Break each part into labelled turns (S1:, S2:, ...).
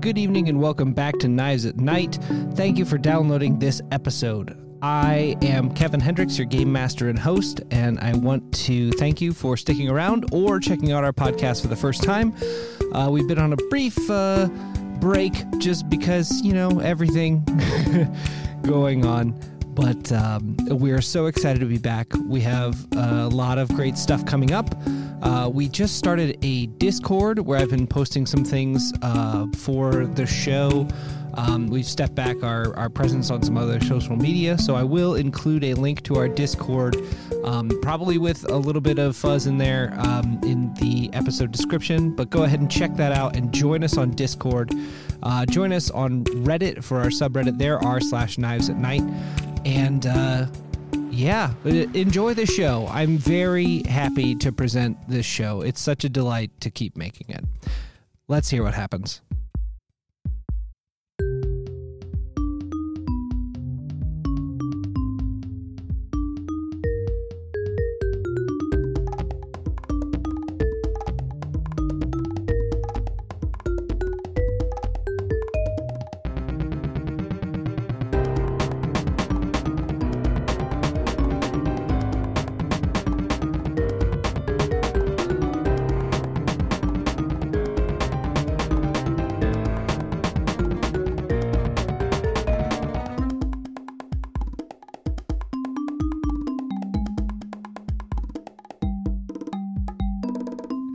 S1: Good evening and welcome back to Knives at Night. Thank you for downloading this episode. I am Kevin Hendricks, your game master and host, and I want to thank you for sticking around or checking out our podcast for the first time. Uh, we've been on a brief uh, break just because, you know, everything going on. But um, we are so excited to be back. We have a lot of great stuff coming up. Uh, we just started a Discord where I've been posting some things uh, for the show. Um, we've stepped back our, our presence on some other social media, so I will include a link to our Discord, um, probably with a little bit of fuzz in there um, in the episode description. But go ahead and check that out and join us on Discord. Uh, join us on Reddit for our subreddit there, r slash knives at night. And uh, yeah, uh, enjoy the show. I'm very happy to present this show. It's such a delight to keep making it. Let's hear what happens.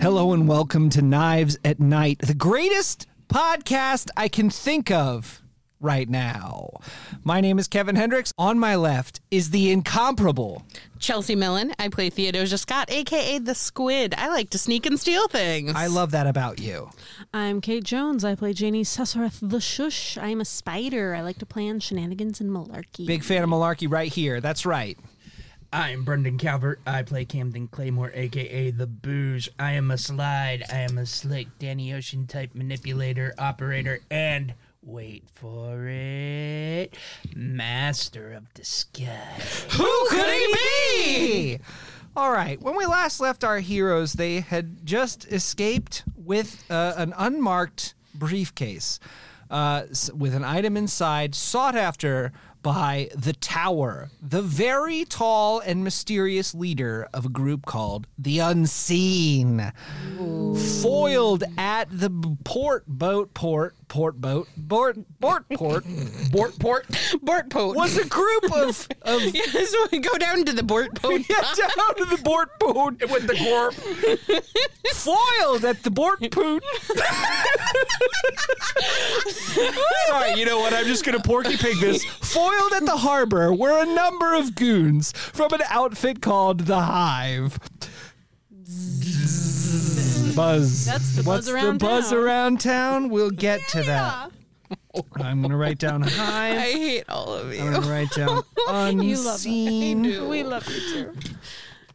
S1: Hello and welcome to Knives at Night, the greatest podcast I can think of right now. My name is Kevin Hendricks. On my left is the incomparable.
S2: Chelsea Millen. I play Theodosia Scott, aka the Squid. I like to sneak and steal things.
S1: I love that about you.
S3: I'm Kate Jones. I play Janie Sessareth the Shush. I'm a spider. I like to plan shenanigans and malarkey.
S1: Big fan of malarkey right here. That's right.
S4: I'm Brendan Calvert. I play Camden Claymore, aka the Booge. I am a slide. I am a slick Danny Ocean type manipulator, operator, and wait for it, master of disguise.
S1: Who could he be? All right. When we last left our heroes, they had just escaped with uh, an unmarked briefcase uh, s- with an item inside sought after by the Tower, the very tall and mysterious leader of a group called the Unseen. Foiled at the b- port boat, port, port boat, port, port, port, port, port,
S2: Bort Pote.
S1: was a group of, of
S2: yeah, so we go down to the Bort Pote.
S1: yeah, down to the board poot with the gorp. Foiled at the board poot. Sorry, you know what? I'm just gonna porky pig this. Foiled at the harbor were a number of goons from an outfit called the Hive. Buzz.
S3: That's the
S1: What's
S3: buzz around
S1: the buzz
S3: town.
S1: around town? We'll get to that. I'm gonna write down
S2: I
S1: hive.
S2: hate all of
S1: I'm
S2: you.
S1: gonna write down unseen.
S3: We love you too.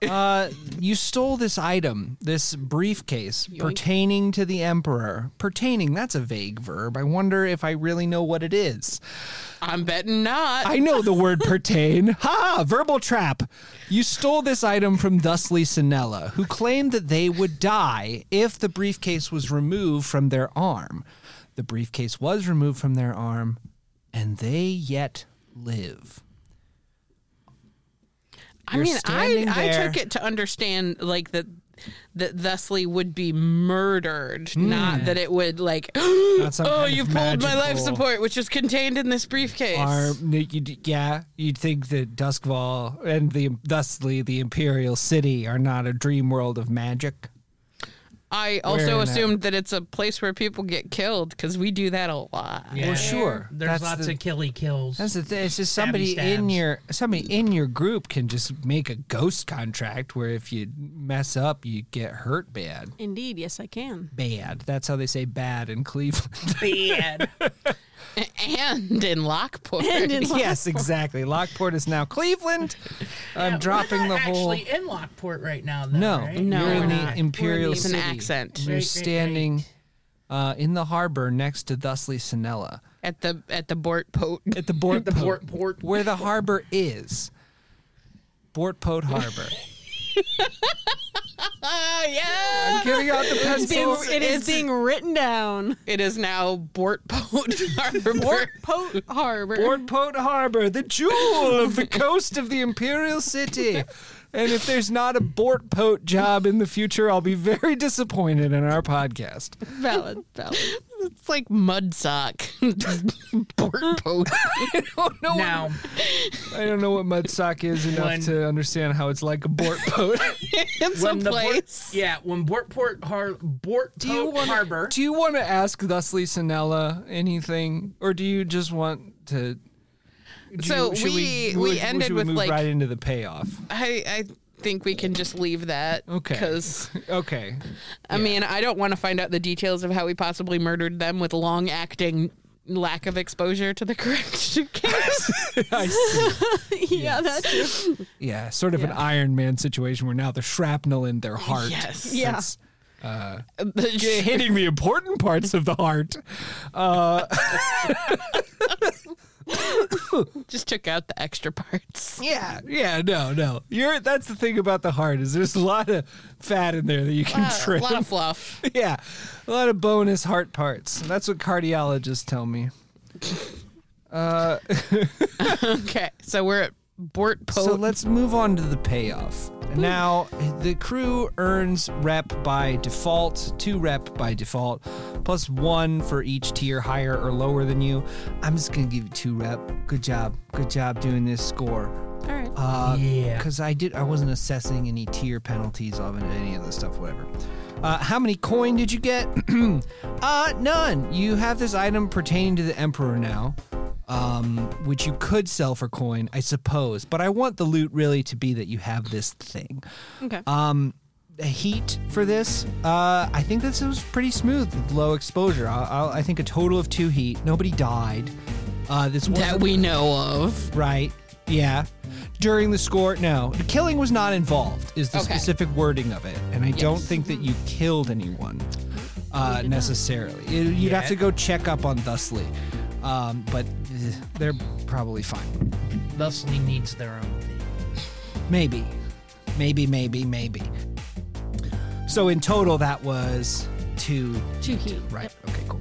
S1: Uh, you stole this item, this briefcase pertaining to the emperor. Pertaining, that's a vague verb. I wonder if I really know what it is.
S2: I'm betting not.
S1: I know the word pertain. Ha! Verbal trap. You stole this item from Dustley Sinella, who claimed that they would die if the briefcase was removed from their arm. The briefcase was removed from their arm, and they yet live.
S2: I
S1: You're
S2: mean, I,
S1: standing
S2: I
S1: there.
S2: took it to understand like that that Thusly would be murdered, not that it would like.
S1: Not Hmm. some
S2: oh,
S1: kind of
S2: you pulled my life
S1: magical-
S2: support, which is contained in this briefcase.
S1: are you, yeah you'd think that duskval and the thusly the imperial city are not a dream world of magic
S2: I
S1: Where in
S2: also
S1: a-
S2: assumed that it's a place where people get killed because we do that a lot.
S1: Well, sure.
S4: There's
S1: That's
S4: lots
S1: the-
S4: of killy kills.
S1: that's the thing it's just somebody in
S4: stabs.
S1: your somebody in your group can just make a ghost contract where if you mess up you get hurt bad
S3: Indeed, yes, I can.
S1: bad that's how they say bad in cleveland
S4: bad.
S2: And in Lockport.
S3: And in
S1: yes exactly lockport is now cleveland i'm dropping the whole
S4: Actually, in Lockport right now. Though,
S1: no
S4: right?
S2: No,
S1: you're
S2: we're
S1: in
S2: not. We're
S1: the
S2: in
S1: imperial
S2: It's an
S1: city
S2: accent.
S1: You're
S4: Right, right,
S1: standing uh, in the harbor next to Thusly Sinella
S2: at the at the Bort Pote.
S1: at the Bort
S4: The
S1: Pote,
S4: port, port.
S1: where the harbor is. Bort Pote Harbor.
S2: yeah.
S1: Giving out the
S2: It's
S1: pencil.
S2: being-
S3: It's, Oh, it is
S2: it's-
S3: being written down.
S2: It is now Bort Poet Harbor.
S3: Pote Harbor.
S1: Port Pote Harbor, the jewel of the coast of the Imperial City. And if there's not a Bort Pote job in the future, I'll be very disappointed in our podcast.
S3: valid, valid.
S2: It's like Mudsock. Bort Poet.
S1: I don't know.
S4: Now,
S1: What, I don't know what mudsock is enough
S4: When-
S1: to understand how it's like a Bort Pote.
S2: It's a
S4: when the
S2: place.
S4: Port, yeah, when Bortport Har- Bort
S1: do you
S4: Pote
S1: want
S4: Harbor,
S1: Do you want to ask Leslie Sinella anything, or do you just want to? do
S2: So
S1: you- should
S2: we- we
S1: would-
S2: ended
S1: should we
S2: with,
S1: move
S2: like-
S1: right into the payoff.
S2: I, I think we can just leave that.
S1: Okay.
S2: Because,
S1: Okay,
S2: I mean, I don't want to find out the details of how we possibly murdered them with long acting lack of exposure to the correct case.
S1: I see.
S3: yeah, that's
S1: Yeah, sort of an Iron Man situation where now the shrapnel in their heart.
S2: Yes.
S3: Yeah.
S1: That's
S2: The-
S1: hitting the important parts of the heart.
S2: just took out the extra parts.
S1: Yeah, yeah, no, no. You're that's the thing about the heart is there's a lot of fat in there that you can
S2: a
S1: trim.
S2: lot of fluff.
S1: yeah, a lot of bonus heart parts. That's what cardiologists tell me.
S2: Okay, so we're at Bort Poet.
S1: So let's move on to the payoff. Now, the crew earns rep by default, two rep by default, plus one for each tier higher or lower than you. I'm just going to give you two rep. Good job. Good job doing this score.
S3: all right.
S1: Uh,
S4: Yeah.
S1: Because I did, I wasn't assessing any tier penalties of it, any of the stuff, whatever. Uh, how many coin did you get? uh, none. You have this item pertaining to the emperor now, um, which you could sell for coin, I suppose. But I want the loot really to be that you have this thing.
S3: Okay.
S1: Um, the heat for this, uh, I think this was pretty smooth. with Low exposure. I, I, I think a total of two heat. Nobody died. Uh, this
S2: that
S1: wasn't-
S2: we know of.
S1: Right. Yeah. During the score, no. The killing was not involved, is the
S2: Okay.
S1: specific wording of it. And I don't think that you killed anyone uh, necessarily. You- You'd have to
S4: Yeah.
S1: go check up on Thusly. Um, but eh, they're probably fine.
S4: thusly needs their own thing.
S1: Maybe. Maybe, maybe, maybe. So in total, that was two
S3: Two heat.
S1: Right. Okay. Cool.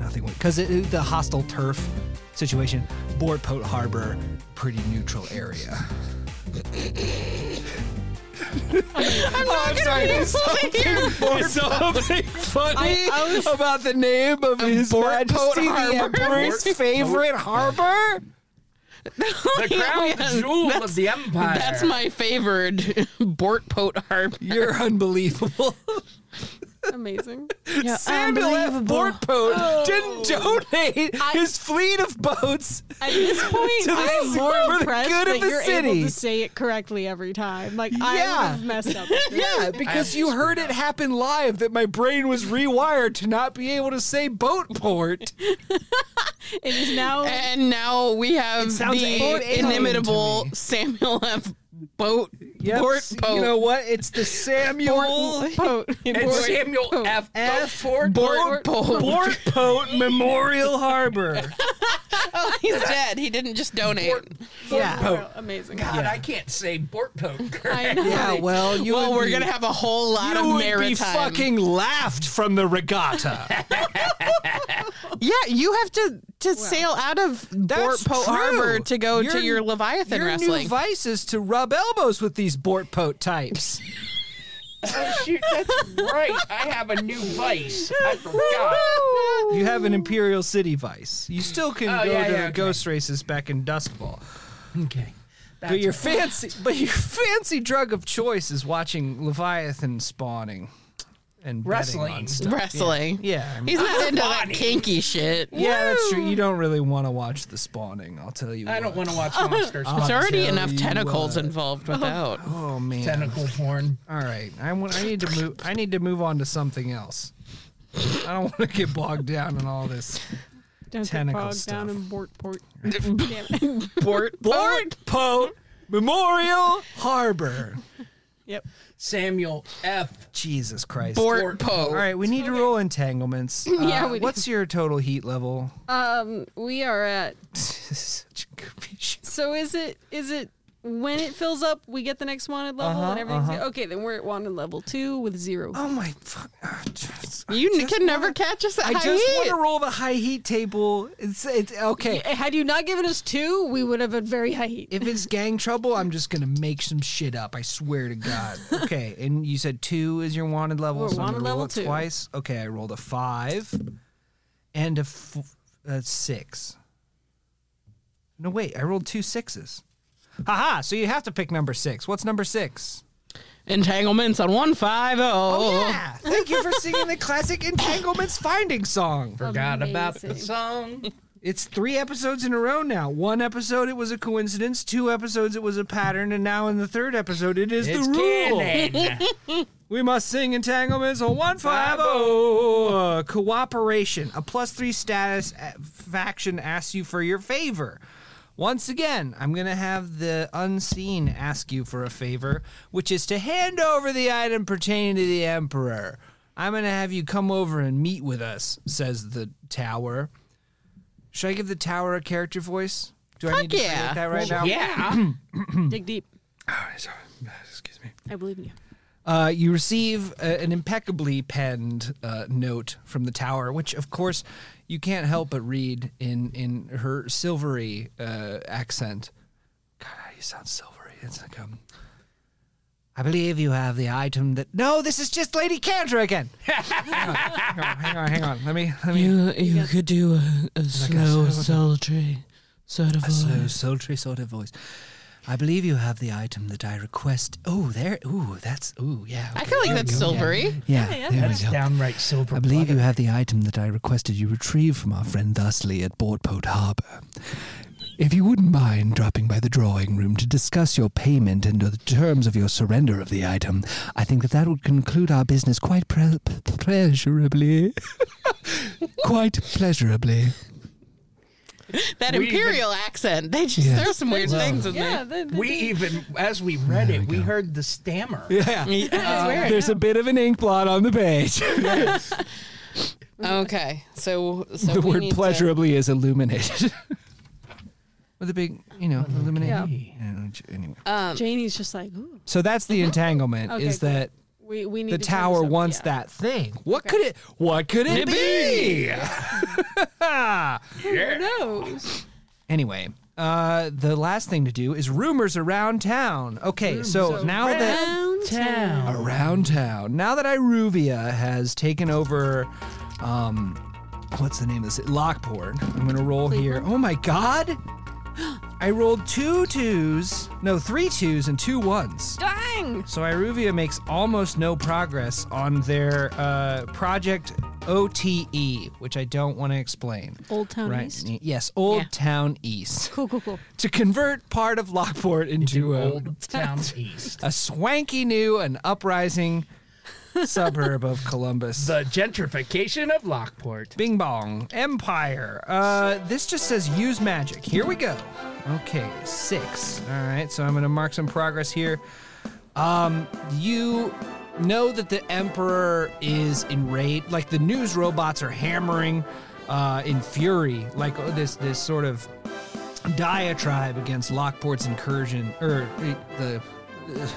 S1: Nothing because the hostile turf situation, Bort Pote Harbor, pretty neutral area. I'm, oh, I'm sorry. There's something, there's something funny about the name of His
S2: Bort Pote
S1: Majesty the
S2: Harbor.
S1: Emperor's
S4: Bort
S1: favorite harbor.
S4: The crown jewel of the empire.
S2: That's my favored Bort Pote Harbor.
S1: You're unbelievable.
S3: Amazing.
S2: Yeah,
S1: Samuel F. Bort Pote didn't donate his fleet of boats
S3: At this point,
S1: To the
S3: I'm
S1: city,
S3: more
S1: for the
S3: impressed
S1: good of
S3: that
S1: the
S3: you're
S1: city.
S3: able to say it correctly every time. Like I
S1: Yeah.
S3: would have messed up.
S1: Yeah, because you heard it happen live that my brain was rewired to not be able to say boat port.
S3: It is now
S1: Eh.
S2: And now we have
S1: sounds alien
S2: the
S1: to
S2: inimitable
S1: me.
S2: Samuel F. Boat Bort Pote.
S1: You know what? It's the Samuel
S3: Pote.
S4: and Samuel
S1: Oh,
S4: F. F. Ford
S2: Bort Pote.
S1: Bort Pote Memorial Harbor.
S2: Oh, he's dead. He didn't just donate.
S1: Yeah.
S3: Oh, Amazing.
S4: God, I can't say Bort Pote.
S3: I
S4: correct.
S3: know.
S1: Yeah, well, you
S2: well,
S1: would
S2: we're
S1: be,
S2: gonna have a whole lot
S1: you
S2: of
S1: would
S2: maritime.
S1: be fucking laughed from the regatta.
S2: yeah, you have to to sail out of Bort
S1: That's
S2: Pote
S1: true.
S2: Harbor to go
S1: Your-
S2: to your Leviathan
S1: Your
S2: wrestling.
S1: new vice is to rub elbows with these Bort Pote types.
S4: Oh, shoot, that's right. I have a new vice. I forgot.
S1: You have an Imperial City vice. You still can go
S4: Oh, yeah,
S1: to
S4: yeah,
S1: the
S4: okay.
S1: ghost races back in Duskfall.
S4: Okay.
S1: But your fancy, but your fancy drug of choice is watching Leviathan spawning and betting
S4: Wrestling. Mm.
S1: on stuff.
S2: wrestling.
S1: Yeah, I mean-
S2: He's not into that
S4: Bonnie.
S2: kinky shit.
S1: yeah, that's true. You don't really want to watch the spawning. I'll tell you.
S4: I don't want to watch monsters.
S2: There's already
S1: tell
S2: enough
S1: you
S2: tentacles
S1: what.
S2: involved without.
S1: Oh man.
S4: Tentacle porn.
S1: All right, I want. I need to move. I need to move on to something else. I don't want to get bogged down in all this.
S3: Don't get
S1: Tentacle
S3: bogged
S1: stuff.
S3: down in Bortport. Damn it.
S2: Bort
S1: Bort Pote Memorial Harbor.
S3: Yep.
S4: Samuel F.
S1: Jesus Christ.
S2: Bort
S1: All
S2: Poe.
S1: right, we need to roll entanglements.
S3: Yeah,
S1: Uh,
S3: we do.
S1: what's your total heat level?
S3: Um, we are at.
S1: Such a goofy shit.
S3: So is it is it When it fills up, we get the next wanted level
S1: Uh-huh,
S3: and everything's okay. Then we're at wanted level two with zero.
S1: Oh my fuck! ah, just- I
S2: You n-
S1: just
S2: can never
S1: wanna-
S2: catch us at
S1: I
S2: high
S1: just
S2: heat.
S1: want to roll the high heat table. It's, it's okay.
S3: Yeah, Eh, Had you not given us two, we would have a very high heat.
S1: If it's gang trouble, I'm just gonna make some shit up. I swear to God. Okay, and you said two is your wanted level.
S3: We're
S1: so I'm
S3: wanted
S1: gonna roll
S3: level
S1: it
S3: two.
S1: twice. Okay, I rolled a five and a, f- a six. No, wait, I rolled two sixes. Haha! So you have to pick number six. What's number six?
S2: Entanglements on oh. 150.
S1: Yeah. Thank you for singing the classic Entanglements Finding song.
S4: Forgot about the
S3: Amazing.
S4: song.
S1: It's three episodes in a row now. One episode it was a coincidence, two episodes it was a pattern, and now in the third episode it is
S4: It's
S1: the rule.
S4: canon.
S1: We must sing entanglements Oh, on 150. Uh, Cooperation. A plus three status a- faction asks you for your favor. Once again, I'm going to have the unseen ask you for a favor, which is to hand over the item pertaining to the Emperor. I'm going to have you come over and meet with us, says the tower. Should I give the tower a character voice? Do I need to
S2: yeah.
S1: create that right now?
S4: yeah.
S3: Dig deep.
S1: All right, sorry. Excuse me.
S3: I believe in you.
S1: Uh, you receive a, an impeccably penned uh, note from the tower, which, of course, you can't help but read in in her silvery uh, accent. God, how you sound silvery. It's like um. I believe you have the item that. No, this is just Lady Cantor again. hang, on, hang on, hang on. Let me let me.
S2: You, you could do a, a
S1: slow-
S2: slow, sultry sort of
S1: a slow, sultry sort of voice. I believe you have the item that I request. Oh, there. Ooh, that's. Ooh, yeah.
S2: I
S1: okay.
S2: feel like that's
S1: Yeah.
S2: silvery.
S1: Yeah,
S3: Yeah, yeah.
S1: there we
S4: That's
S1: go.
S4: downright silver.
S1: I believe you
S4: butter.
S1: have the item that I requested you retrieve from our friend Thusly at Boardport Harbour. If you wouldn't mind dropping by the drawing room to discuss your payment and the terms of your surrender of the item, I think that that would conclude our business quite pre- pleasurably. quite pleasurably.
S2: That
S4: We
S2: imperial accent. They just
S1: Yeah.
S2: throw some weird things in
S3: Yeah,
S2: there.
S3: that,
S4: We even, as we read it, we heard the stammer.
S1: Yeah. Uh,
S2: Yeah.
S1: There's a bit of an ink blot on the page.
S2: Um, okay, so, so
S1: the
S2: we
S1: word
S2: need to-
S1: pleasurably is illuminated. With a big, you know, illuminated.
S3: Yeah.
S1: Anyway.
S3: Janie's just like, ooh,
S1: So that's the entanglement
S3: Okay,
S1: is
S3: cool.
S1: that
S3: we, we need
S1: the
S3: to turn
S1: tower
S3: this over.
S1: wants
S3: Yeah.
S1: that thing. What could it what could it, be?
S3: Who knows?
S1: anyway, uh the last thing to do is rumors around town. Okay, so now that
S3: Downtown.
S1: around town. Now that Iruvia has taken over um what's the name of this? Lockport. I'm going to roll here. Oh my god. I rolled two twos, no, three twos and two ones.
S3: Dang!
S1: So Iruvia makes almost no progress on their uh, project OTE, which I don't want to explain.
S3: Old Town
S1: right?
S3: East.
S1: Yes, Old
S2: Yeah.
S1: Town East.
S3: Cool, cool, cool.
S1: To convert part of Lockport into a,
S4: Old Town East.
S1: a swanky new and uprising suburb of Columbus.
S4: The gentrification of Lockport.
S1: Bing Bong Empire. Uh, this just says use magic. Here we go. Okay, six. All right, so I'm gonna mark some progress here. Um, you know that the Emperor is enraged. Like the news robots are hammering uh, in fury. Like oh, this this sort of diatribe against Lockport's incursion or uh, the. uh,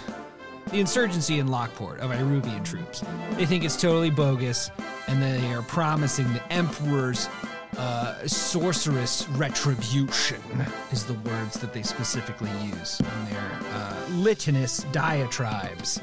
S1: the insurgency in Lockport of Iruvian troops. They think it's totally bogus, and they are promising the Emperor's uh, sorceress retribution, is the words that they specifically use in their uh, litanous diatribes.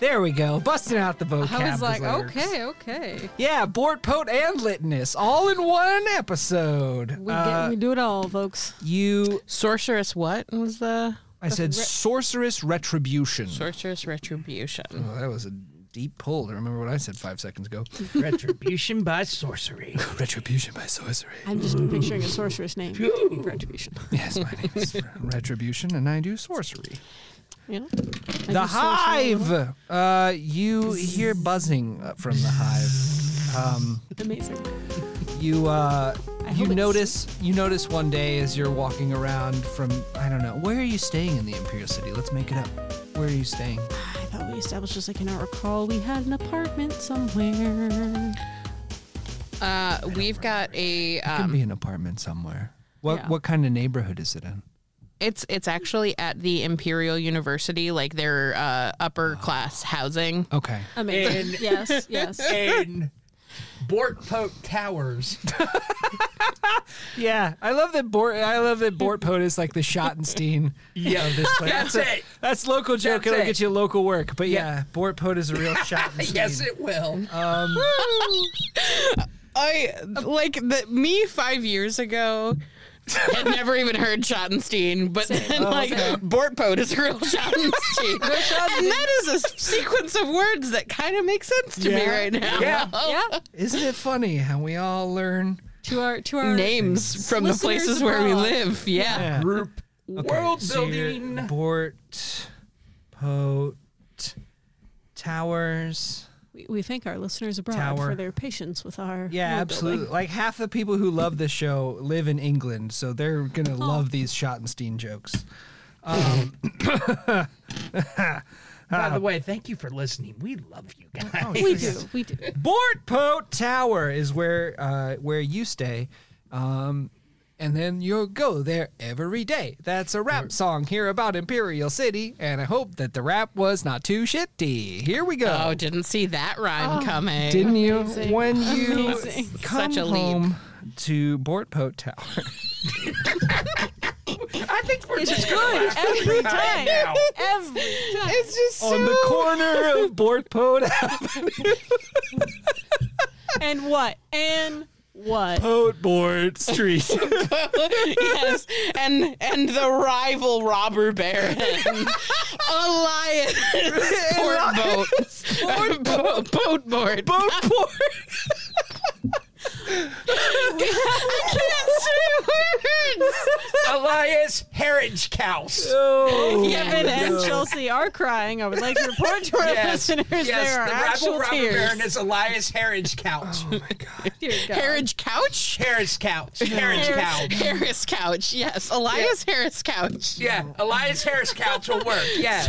S1: There we go, busting out the vocab.
S3: I was like,
S1: berserks.
S3: okay, okay.
S1: Yeah, Bort, Pote, and Litanus, all in one episode.
S3: We,
S1: Uh,
S3: get, we do it all, folks.
S1: you,
S2: Sorceress what was the
S1: I said sorceress retribution.
S2: sorceress retribution?
S1: Oh, that was a deep pull. I remember what I said five seconds ago.
S4: Retribution by sorcery.
S1: Retribution by sorcery.
S3: I'm just picturing a sorceress name. Retribution.
S1: Yes, my name is Retribution, and I do sorcery.
S3: Yeah.
S1: the Hive! Uh, you hear buzzing uh, from the Hive. Um,
S3: Amazing.
S1: you uh,
S3: I
S1: you
S3: hope it's-
S1: notice you notice one day as you're walking around from I don't know where are you staying in the Imperial City? Let's make it up. Where are you staying?
S3: I thought we established this. I cannot recall. We had an apartment somewhere.
S2: Uh, we've got a
S1: Could
S2: um,
S1: be an apartment somewhere. What
S3: Yeah.
S1: what kind of neighborhood is it in?
S2: It's it's actually at the Imperial University, like their uh, upper class housing.
S5: Okay.
S3: Amazing.
S4: And-
S3: yes, yes.
S4: in Bortpote Towers.
S1: Yeah, I love that Bort. I love that Bortpote is like the Schottenstein yeah. of this place.
S4: That's
S1: a-
S4: it.
S1: That's local joke.
S4: That's
S1: It'll
S4: it.
S1: get you local work. But yeah, Bortpote is a real Schottenstein.
S4: yes, it will.
S3: Uh,
S2: I like the, me five years ago. had never even heard Schottenstein, but then like Bortpode is real Schottenstein, and that is a s- sequence of words that kind of makes sense to me
S1: Yeah.
S2: right now.
S4: Yeah.
S3: Yeah.
S1: Isn't it funny how we all learn?
S3: To our to our
S2: names from the
S3: Listeners
S2: places where we
S3: abroad.
S2: live. Yeah.
S1: Yeah.
S4: Group world building.
S1: Bortpote towers.
S3: We, we thank our listeners abroad
S1: Tower.
S3: for their patience with our
S1: Yeah,
S3: world
S1: absolutely.
S3: building.
S1: Like half the people who love this show live in England, so they're gonna love these Schottenstein jokes.
S4: By the way, thank you for listening. We love you guys.
S3: uh, Oh, We do, we do.
S1: Bortpote Tower is where uh, where you stay. Um, and then you'll go there every day. That's a rap song here about Imperial City, and I hope that the rap was not too shitty. Here we go.
S2: Oh, didn't see that rhyme coming.
S1: Didn't you
S3: Amazing.
S1: when you
S3: Amazing.
S1: come
S2: Such a leap.
S1: home to Bortpote Tower?
S4: I think we're
S3: It's
S4: just
S3: good every time.
S4: now.
S3: Every time.
S2: It's just
S1: on the corner of Bortpote Avenue.
S3: And what? And what?
S1: Board Street.
S2: yes, and and the rival robber baron, Elias Port boat, boat, boat, boat board, boat board. I can't say words.
S4: Elias
S3: Uh,
S4: Herringkaus.
S1: oh.
S3: Kevin and Chelsea are crying. I would like to report to our listeners there are
S4: the
S3: actual
S4: rival robber
S3: tears. Oh
S4: baron is Elias Herringkaus.
S3: Dear God.
S2: Harris couch.
S4: Harris Couch. Harris
S2: Harris,
S4: Couch.
S2: Harris couch. Yes, Elias Harris couch.
S4: Yeah, Elias Harris Couch will work. Yes.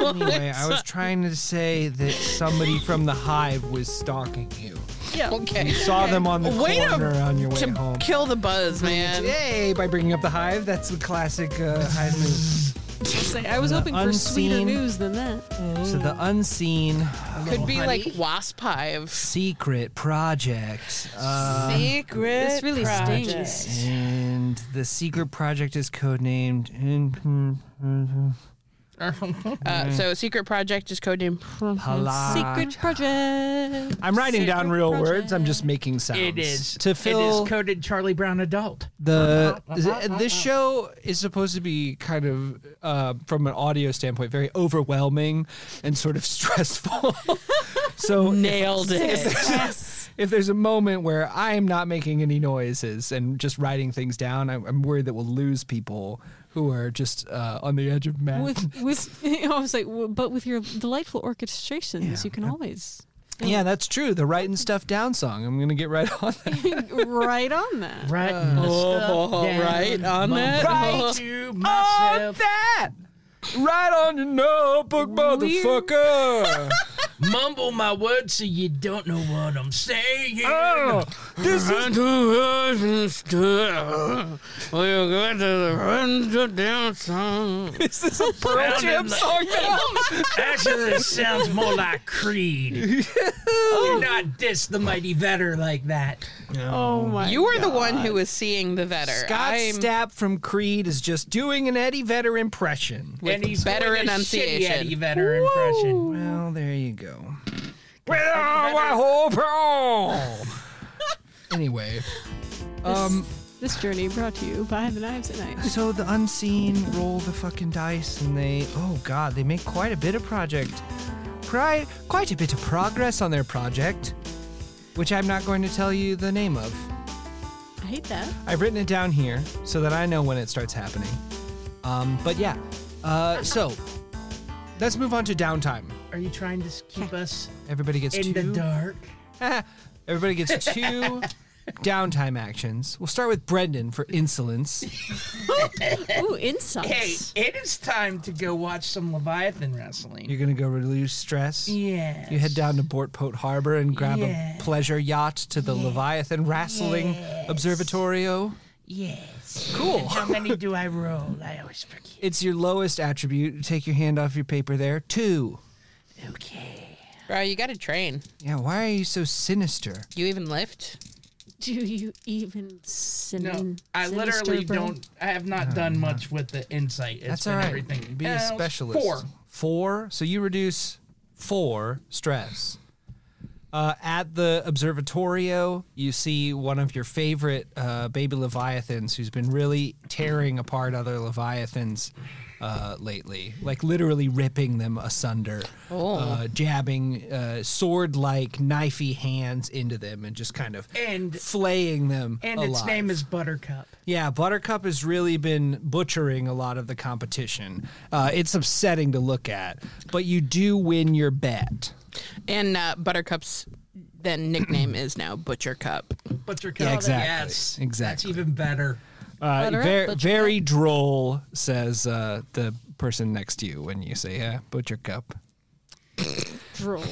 S1: Anyway, I was trying to say that somebody from the hive was stalking you.
S3: Yeah.
S2: Okay.
S1: Saw them on the
S2: Way to-
S1: corner on your way
S2: To
S1: home.
S2: kill the buzz, man.
S1: Yay, by bringing up the hive. That's the classic uh, hive move.
S3: Say, I was hoping for sweeter
S1: unseen-
S3: news than that.
S1: So the unseen
S2: Could be like wasp hive.
S1: secret project. Uh,
S2: Secret.
S3: This really stings.
S1: and the secret project is codenamed.
S2: Uh, so secret project is codenamed.
S3: Secret project.
S1: Mm-hmm. I'm writing
S3: Secret
S1: down real
S3: project.
S1: words. I'm just making sounds.
S4: It is.
S1: to fill
S4: It is coded Charlie Brown Adult.
S1: the. This show is supposed to be kind of, uh, from an audio standpoint, very overwhelming and sort of stressful. so
S2: Nailed it.
S3: Yes.
S1: if there's a moment where I am not making any noises and just writing things down, I'm, I'm worried that we'll lose people who are just uh, on the edge of madness.
S3: with with I was like, w- but with your delightful orchestrations, you can always
S1: yeah, that's true. The writing stuff down song. I'm gonna get right on that.
S3: right on that.
S4: Right.
S2: Uh, Oh, right on that. Oh.
S4: Right to
S3: Oh,
S4: myself.
S1: that. Right on your notebook, motherfucker.
S4: Mumble my words so you don't know what I'm saying.
S1: oh, this is this is a Pearl
S4: Sounded
S1: Jam
S4: like-
S1: song.
S4: Actually, it sounds more like Creed.
S2: Oh.
S4: Do not diss the mighty vetter like that.
S3: Oh my!
S2: You were the one who was seeing the vetter.
S1: Scott
S2: I'm-
S1: Stapp from Creed is just doing an Eddie Vedder impression.
S4: and he's
S2: better
S4: doing a
S2: enunciation.
S4: shitty Eddie Vedder impression.
S1: Well, there you go. Well, I hope Anyway, um,
S3: This journey brought to you by the knives and knives.
S1: so the unseen roll the fucking dice, and they oh god, they make quite a bit of project, pri- quite a bit of progress on their project, which I'm not going to tell you the name of.
S3: I hate that.
S1: I've written it down here so that I know when it starts happening. Um, but yeah, uh, so let's move on to downtime.
S4: Are you trying to keep us
S1: Everybody gets two.
S4: in the dark?
S1: Everybody gets two downtime actions. We'll start with Brendan for insolence.
S3: Ooh, insights.
S4: Hey, it is time to go watch some Leviathan wrestling.
S1: You're gonna go release stress.
S4: Yeah.
S1: You head down to Bortpote Harbor and grab
S4: Yeah.
S1: a pleasure yacht to the Leviathan Wrestling Observatorio.
S4: Yes.
S1: Cool.
S4: How many do I roll? I always forget.
S1: It's your lowest attribute. Take your hand off your paper there. Two.
S4: Okay.
S2: Bro, Uh, you got to train.
S1: Yeah, why are you so sinister?
S2: You even lift?
S3: Do you even sin?
S4: No, I
S3: Mm. sinister,
S4: literally
S3: bro?
S4: don't. I have not done much with the insight. It's
S1: Uh-huh. That's
S4: been
S1: all right.
S4: Everything.
S1: Be
S4: Uh,
S1: a
S4: it's
S1: specialist.
S4: Four.
S1: Four. So you reduce four stress. Uh, at the observatorio, you see one of your favorite uh, baby leviathans who's been really tearing apart other leviathans uh, lately, like literally ripping them asunder, uh, jabbing uh, sword-like, knifey hands into them, and just kind of
S4: And-
S1: flaying them.
S4: And
S1: alive.
S4: its name is Buttercup.
S1: Yeah, Buttercup has really been butchering a lot of the competition. Uh, it's upsetting to look at, but you do win your bet.
S2: And uh, Buttercup's then nickname is now Butcher Cup.
S4: Buttercup.
S1: Yeah, exactly.
S4: Yes.
S1: Exactly.
S4: That's even better.
S1: Uh,
S3: Butter up,
S1: ver-
S3: Butcher
S1: very droll, says uh, the person next to you when you say, uh, yeah, Butcher Cup.
S3: Droll.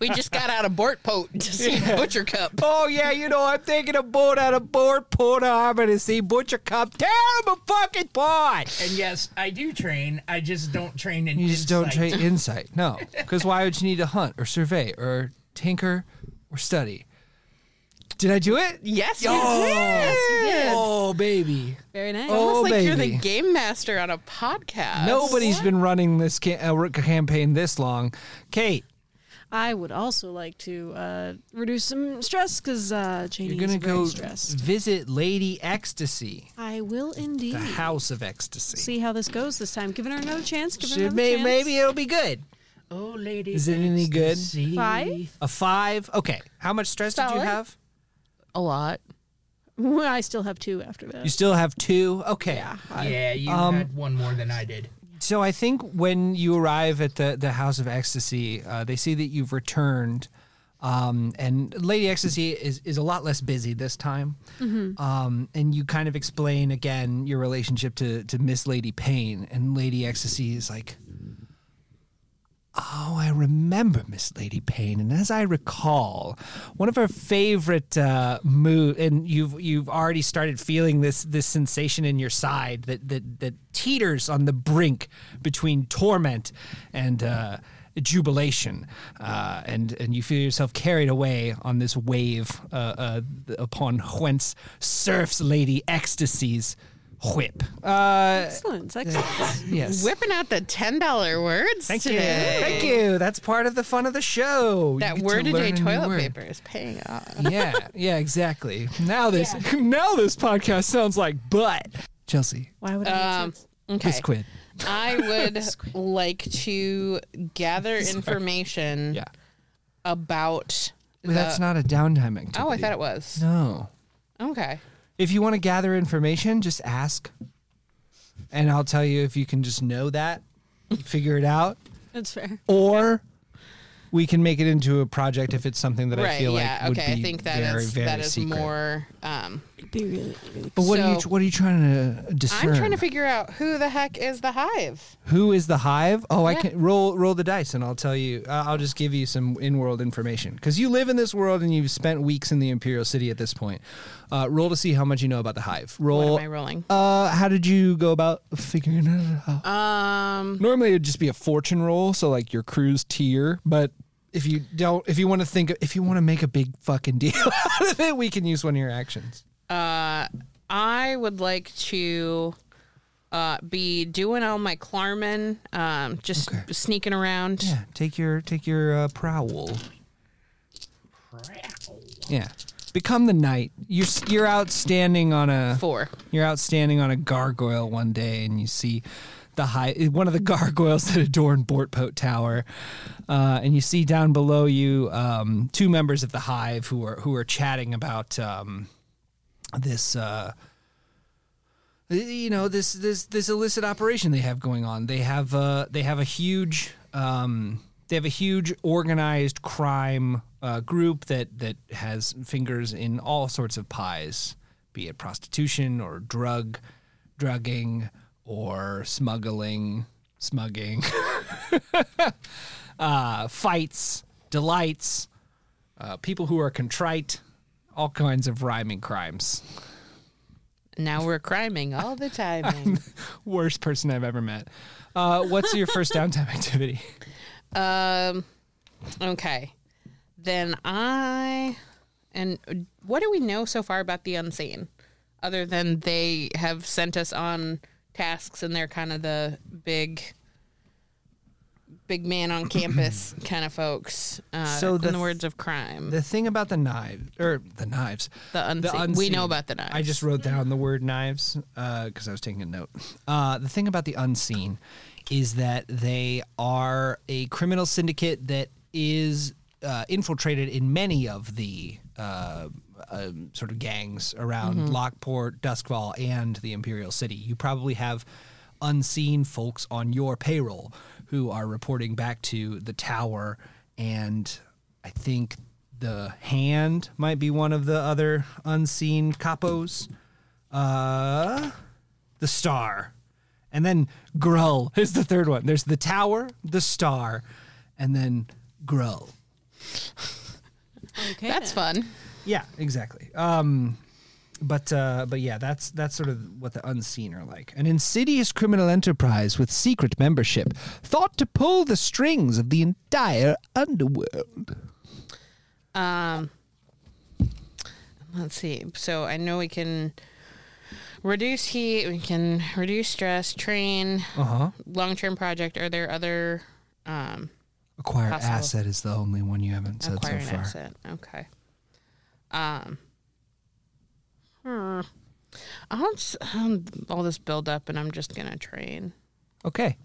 S2: We just got out of Bort Pote to see Butcher Cup.
S1: Oh, yeah, you know, I'm taking a boat out of Port Port Harbor to see Butcher Cup. Terrible fucking pot!
S4: And yes, I do train. I just don't train in.
S1: You just don't
S4: insight.
S1: trade insight. No, because why would you need to hunt or survey or tinker or study? Did I do it?
S2: Yes, you
S1: Oh,
S2: did.
S1: Oh, baby.
S3: Very nice.
S1: Oh,
S2: Almost like you're the
S1: baby.
S2: game master on a podcast.
S1: Nobody's been running this ca- uh, r- campaign this long. Kate,
S3: I would also like to uh, reduce some stress because uh, Janie's
S1: you're going to
S3: very
S1: go
S3: stressed.
S1: visit Lady Ecstasy,
S3: I will indeed.
S1: the House of Ecstasy.
S3: See how this goes this time. Giving her another chance. Giving her
S1: Should-
S3: another
S1: may-
S3: chance.
S1: maybe it'll be good.
S4: Oh, lady.
S1: Is it any
S4: thanks to
S1: good?
S4: see.
S3: Five?
S1: A five. Okay. How much stress did
S2: Solid.
S1: you have?
S2: a lot.
S3: I still have two after that.
S1: You still have two? Okay.
S4: Yeah, you
S1: Um,
S4: had one more than I did.
S1: So I think when you arrive at the, the House of Ecstasy, uh, they see that you've returned. Um, and Lady Ecstasy is, is a lot less busy this time. Um, and you kind of explain again your relationship to, to Miss Lady Payne. And Lady Ecstasy is like, Oh, I remember Miss Lady Payne, and as I recall, one of her favorite uh, move, and you've you've already started feeling this this sensation in your side that that that teeters on the brink between torment and. Uh, Jubilation, uh, and and you feel yourself carried away on this wave uh, uh, upon whence surfs Lady Ecstasy's whip. Uh,
S3: Excellent. Excellent.
S1: yes,
S2: Whipping out the ten dollar words
S1: Thank you.
S2: today.
S1: Thank you. That's part of the fun of the show. You
S2: That
S1: get
S2: word
S1: to
S2: a
S1: learn
S2: day
S1: a new
S2: toilet
S1: word.
S2: paper is paying off.
S1: yeah, yeah, exactly. Now this now this podcast sounds like butt. Chelsea,
S3: Why would I? Um,
S2: Okay.
S1: this quid.
S2: I would like to gather information
S1: Yeah.
S2: about.
S1: Well, That's not a downtime activity.
S2: Oh, I thought it was.
S1: No.
S2: Okay.
S1: If you want to gather information, just ask. And I'll tell you if you can just know that, figure it out,
S3: That's fair.
S1: or we can make it into a project if it's something that I
S2: right.
S1: feel
S2: Yeah.
S1: like would
S2: okay.
S1: be
S2: I think that is
S1: very, very
S2: that is
S1: secret.
S2: more. Um,
S3: It'd be really, really
S1: But what are
S2: so-
S1: you what are you trying to discern?
S2: I'm trying to figure out who the heck is the hive.
S1: Who is the hive? Oh, I
S2: Yeah.
S1: can roll roll the dice, and I'll tell you. Uh, I'll just give you some in-world information because you live in this world and you've spent weeks in the Imperial City at this point. Uh, roll to see how much you know about the hive. Roll.
S2: What am I rolling?
S1: Uh, how did you go about figuring it out?
S2: Um.
S1: Normally, it'd just be a fortune roll, so like your crew's tier. But if you don't, if you want to think, if you want to make a big fucking deal out of it, we can use one of your actions.
S2: Uh, I would like to. Uh, be doing all my Klarman, um, just
S1: Okay.
S2: sneaking around.
S1: Yeah, take your take your uh, prowl. Yeah, become the knight. You're s- you're out standing on a
S2: Four.
S1: You're out standing on a gargoyle one day, and you see the high one of the gargoyles that adorn Bortpote Tower, uh, and you see down below you um, two members of the hive who are who are chatting about um, this. Uh, you know this this this illicit operation they have going on. They have uh they have a huge um they have a huge organized crime uh, group that that has fingers in all sorts of pies, be it prostitution or drug drugging or smuggling smugging uh, fights delights uh, people who are contrite all kinds of rhyming crimes.
S2: Now we're criming all the time.
S1: Worst person I've ever met. Uh, what's your first downtime activity?
S2: um, okay. Then I. And what do we know so far about the unseen? Other than they have sent us on tasks and they're kind of the big. Big man on campus kind of folks. Uh,
S1: So the
S2: in the
S1: th-
S2: words of crime, the,
S1: The thing about the knives, or the knives,
S2: Mm. unseen. We
S1: unseen.
S2: know about the knives.
S1: I just wrote down the word knives because I was taking a note. Uh, the thing about the unseen is that they are a criminal syndicate that is uh, infiltrated in many of the uh, um, sort of gangs around
S2: Mm-hmm.
S1: Lockport, Duskfall, and the Imperial City. You probably have unseen folks on your payroll who are reporting back to the tower and I think the hand might be one of the other unseen capos. Uh, the star, and then Grull is the third one. There's the tower, the star, and then Grull.
S3: Okay.
S2: That's fun.
S1: Yeah, exactly. Um, but uh, but yeah, that's that's sort of what the unseen are like. An insidious criminal enterprise with secret membership, thought to pull the strings of the entire underworld.
S2: Um, let's see. So I know we can reduce heat, we can reduce stress, train,
S1: Uh huh.
S2: long term project. Are there other um,
S1: Acquire
S2: Possible.
S1: asset is the only one you haven't said so
S2: acquiring
S1: far.
S2: asset? Okay. Um, hmm. I'll just, um, all this build up, and I'm just gonna train.
S1: Okay.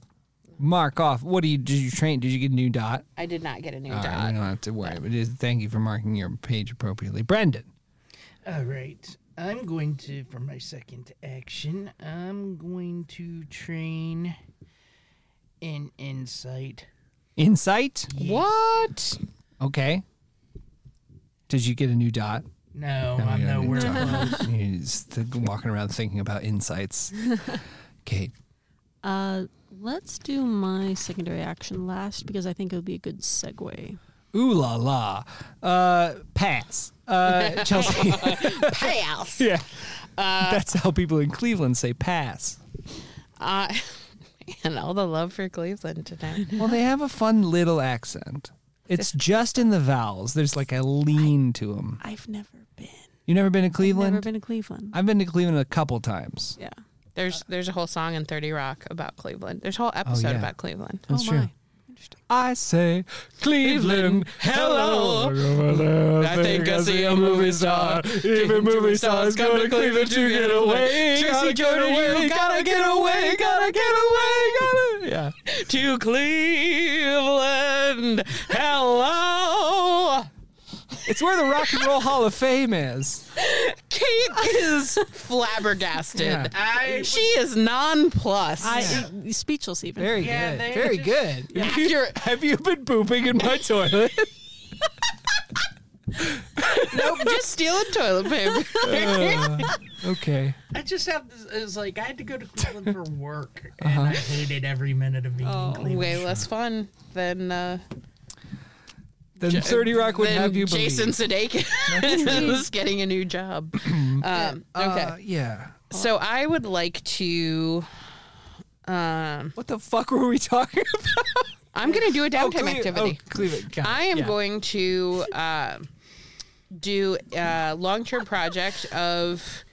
S1: Mark off. What do you did you train? Did you get a new dot?
S2: I did not get a new
S1: All right, we
S2: dot.
S1: don't have to worry. But just thank you for marking your page appropriately, Brendan.
S4: All right. I'm going to, for my second action, I'm going to train in insight.
S1: Insight.
S2: What?
S1: Okay. Did you get a new dot?
S4: No,
S1: No,
S4: I'm
S1: you don't
S4: nowhere
S1: need to.
S4: close.
S1: You're just th- walking around thinking about insights. Kate.
S3: Uh, let's do my secondary action last because I think it would be a good segue.
S1: Ooh la la. Uh, pass. Uh, Chelsea.
S2: Pass.
S1: yeah. That's how people in Cleveland say pass.
S2: Uh, and all the love for Cleveland tonight.
S1: Well, they have a fun little accent. It's just in the vowels. There's like a lean to them.
S3: I've never been.
S1: You never been to Cleveland?
S3: Never been to Cleveland.
S1: I've been to Cleveland a couple times.
S3: yeah.
S2: There's there's a whole song in Thirty Rock about Cleveland. There's a whole episode
S1: Oh, yeah.
S2: about Cleveland.
S1: That's
S3: oh
S1: true.
S3: my. Interesting.
S1: I say Cleveland, hello.
S2: I think I see a movie star.
S1: Even movie stars come to Cleveland to get away. Gotta
S2: Tracy
S1: get
S2: Jordan, you
S1: away, gotta get away, gotta get away, gotta. Yeah.
S2: To Cleveland, hello.
S1: It's where the Rock and Roll Hall of Fame is.
S2: Kate is flabbergasted.
S1: Yeah.
S4: I
S2: She is nonplussed.
S3: Speechless even.
S1: Very
S4: Yeah,
S1: good.
S4: they
S1: Very
S4: just-
S1: good.
S2: You're-
S1: Have you been pooping in my toilet?
S2: nope, just stealing toilet paper.
S1: okay.
S4: I just have this. It's like I had to go to Cleveland for work, and I hated every minute of being in Cleveland.
S2: Oh, Way less fun than uh,
S1: Then 30 Rock would
S2: than
S1: have you believe.
S2: Jason Sudeikis was getting a new job. um, okay.
S1: Uh, yeah.
S2: So I would like to. Um,
S1: What the fuck were we talking about?
S2: I'm going to do a downtime
S1: Cleve-
S2: activity.
S1: Oh, Cleveland. Got it.
S2: I am
S1: Yeah.
S2: going to uh, do a long-term project of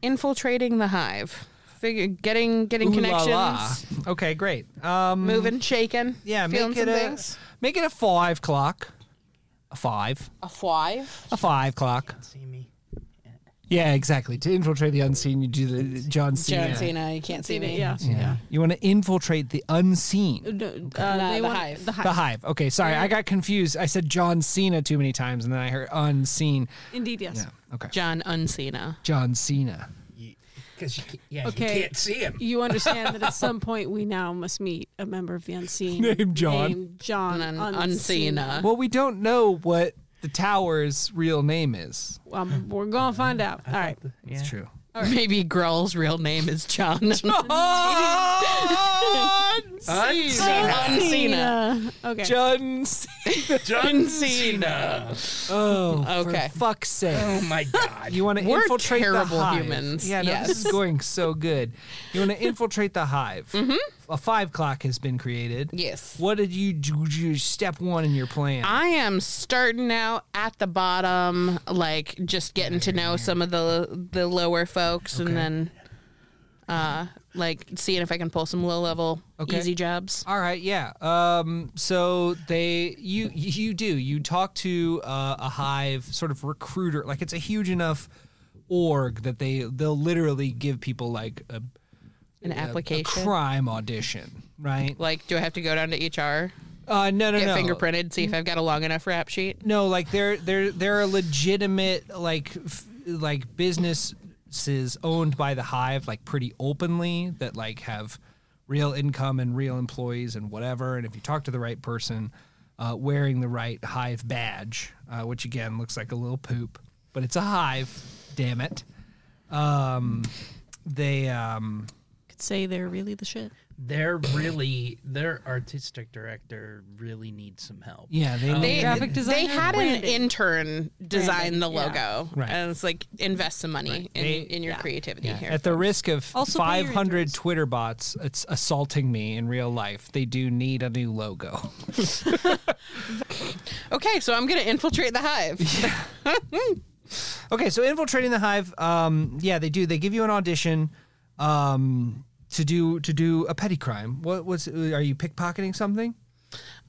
S2: infiltrating the hive, figure getting getting
S1: Ooh la
S2: connections,
S1: la. Okay, great. Um,
S2: moving, shaking,
S1: yeah,
S2: feeling
S1: make
S2: some
S1: it a
S2: things.
S1: make it a five clock. A five.
S2: A five.
S1: A five clock.
S4: See me.
S1: Yeah, exactly. To infiltrate the unseen, you do the John Cena.
S2: John Cena, you can't see
S3: Seen it,
S2: me.
S3: yeah.
S1: Yeah. You want to infiltrate the unseen.
S3: No, uh,
S2: No,
S3: they
S2: the
S3: want-
S2: hive.
S3: The hive.
S1: The hive. Okay, sorry, I got confused. I said John Cena too many times, and then I heard unseen.
S3: Indeed, yes.
S1: Yeah. Okay.
S2: John Uncena.
S1: John Cena.
S4: Because you, can't- yeah,
S3: Okay.
S4: you can't see him.
S3: You understand that at some point we now must meet a member of the unseen
S1: Named John.
S3: named John
S2: Un-
S3: Unseen.
S2: Uncena.
S1: Well, we don't know what the tower's real name is.
S3: Um, we're gonna find out. All right.
S4: Yeah.
S1: It's true.
S2: Maybe Grell's real name is John. John Cena.
S3: Okay.
S1: John C-
S4: John Cena.
S1: Oh,
S2: Okay.
S1: for fuck's sake.
S4: Oh my god.
S1: You want to
S2: We're
S1: infiltrate
S2: terrible
S1: the hive.
S2: humans.
S1: Yeah, no, this is
S2: Yes.
S1: going so good. You want to infiltrate the hive. A five clock has been created.
S2: Mm-hmm. Yes.
S1: What did you do? do- Step one in your plan.
S2: I am starting out at the bottom, like just getting to know some of the the lower folks, and then, uh, like seeing if I can pull some low level
S1: Okay.
S2: easy jobs.
S1: All right, yeah. Um, so they, you, you do. You talk to uh, a hive sort of recruiter. Like it's a huge enough org that they they'll literally give people like a,
S2: An
S1: a- a
S2: application.
S1: crime audition, right?
S2: like, do I have to go down to HR,
S1: Uh, no, no,
S2: get
S1: no.
S2: fingerprinted, see if I've got a long enough rap sheet?
S1: No, like they're they're they're a legitimate like f- like businesses owned by the hive like pretty openly that like have real income and real employees and whatever. And if you talk to the right person, uh, wearing the right hive badge, uh, which again looks like a little poop, but it's a hive. Damn it. Um, they um,
S3: Could say they're really the shit.
S4: They're really their artistic director really needs some help.
S1: Oh, yeah they
S2: They,
S3: Graphic
S2: they
S3: designer?
S2: had an
S3: Branding.
S2: intern design the
S3: Branding, yeah.
S2: logo,
S1: Right.
S2: and it's like invest some money in,
S1: They-
S2: in your creativity here.
S1: At the risk of
S3: Also pay your
S1: 500
S3: interest.
S1: Twitter bots it's assaulting me in real life, they do need a new logo.
S2: okay, so I'm gonna infiltrate the hive.
S1: okay, so infiltrating the hive. Um, yeah, they do. They give you an audition um, to do to do a petty crime. What was? Are you pickpocketing something?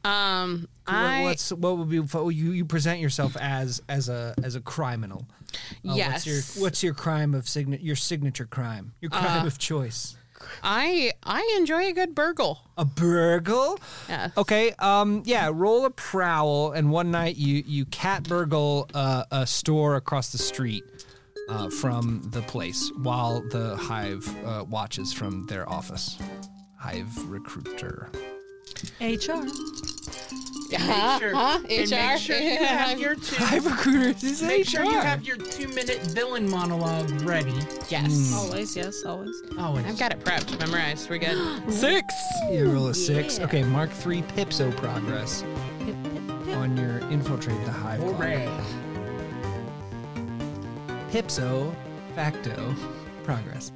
S2: Um, I
S1: what, what's what would be oh, you you present yourself as as a as a criminal? Uh, What's
S2: Yes. Uh,
S1: your what's your crime of signa- your signature crime? Your crime of choice.
S2: I I enjoy a good burgle.
S1: A burgle?
S2: Yes.
S1: Okay. Um. Yeah. Roll a prowl, and one night you you cat burgle uh, a store across the street uh, from the place while the hive uh, watches from their office. Hive recruiter.
S3: HR.
S2: Huh?
S4: Sure.
S2: Huh?
S4: And
S2: HR?
S4: make sure you have your two.
S1: Hive recruiter is
S4: Make sure you
S1: HR.
S4: have your two-minute villain monologue ready.
S2: Yes.
S3: Always, yes, always.
S4: Oh, and
S2: I've got it prepped, memorized. We're good. Six.
S1: You roll a six.
S3: Yeah.
S1: Okay. Mark three pipso progress on your infiltrate the hive. clock.
S4: hooray!
S1: Pipso facto progress.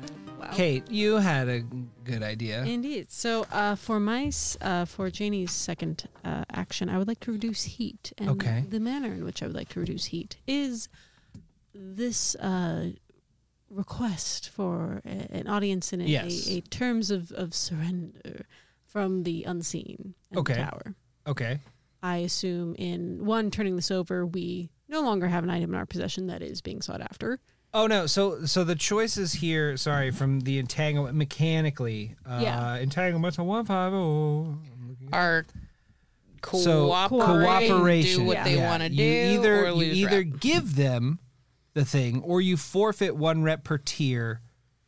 S1: Kate, you had a good idea.
S3: Indeed. So uh, for my s- uh, for Janie's second uh, action, I would like to reduce heat, and
S1: Okay.
S3: the manner in which I would like to reduce heat is this uh, request for a, an audience in a,
S1: Yes.
S3: a, a terms of, of surrender from the unseen and the
S1: Okay.
S3: tower.
S1: Okay.
S3: I assume in one turning this over, we no longer have an item in our possession that is being sought after.
S1: Oh no! So so the choices here. Sorry, from the entanglement mechanically. Uh,
S3: Yeah.
S1: Entanglement one five zero.
S2: Are cooperate,
S1: So cooperation.
S2: do what they
S1: Yeah.
S2: want to do,
S1: You either
S2: or
S1: you
S2: lose
S1: either
S2: rep.
S1: give them the thing, or you forfeit one rep per tier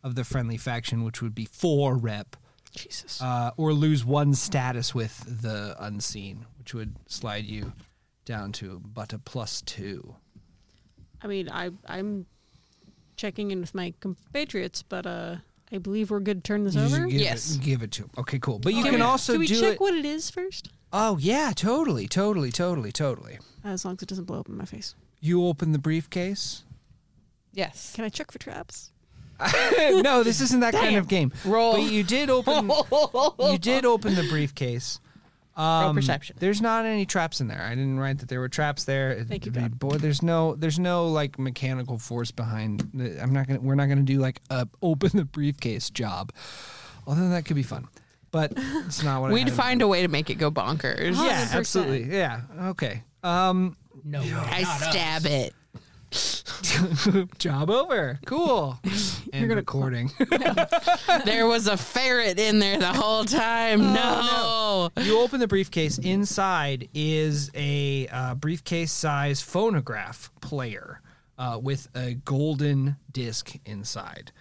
S1: of the friendly faction, which would be four rep,
S3: Jesus.
S1: uh, or lose one status with the unseen, which would slide you down to but a plus two.
S3: I mean, I I'm checking in with my compatriots, but uh, I believe we're good. to Turn this
S1: You just
S3: over.
S1: give
S2: Yes.
S1: it, give it to them. Okay, cool. But you
S3: Can
S1: can
S3: we-
S1: also
S3: Can we
S1: do
S3: check
S1: it.
S3: what it is first?
S1: oh yeah, totally, totally, totally, totally.
S3: As long as it doesn't blow up in my face.
S1: You open the briefcase.
S2: Yes.
S3: Can I check for traps?
S1: no, this isn't that kind of game.
S2: Roll.
S1: But you did open. you did open the briefcase. Um,
S2: perception.
S1: There's not any traps in there. I didn't write that there were traps there.
S3: Thank you,
S1: The
S3: God.
S1: Boy, there's no, there's no like mechanical force behind. the- I'm not gonna. We're not gonna do like a open the briefcase job. Although that could be fun, but it's not what I had
S2: We'd
S1: in
S2: find a way to make it go bonkers.
S1: mind. Yeah,
S3: 100%.
S1: absolutely. Yeah. Okay. Um,
S4: No,
S2: I stab it.
S1: job over. Cool. And You're
S3: gonna-
S1: recording.
S2: There was a ferret in there the whole time. Oh, no.
S1: You open the briefcase. Inside is a uh, briefcase-size phonograph player uh, with a golden disc inside.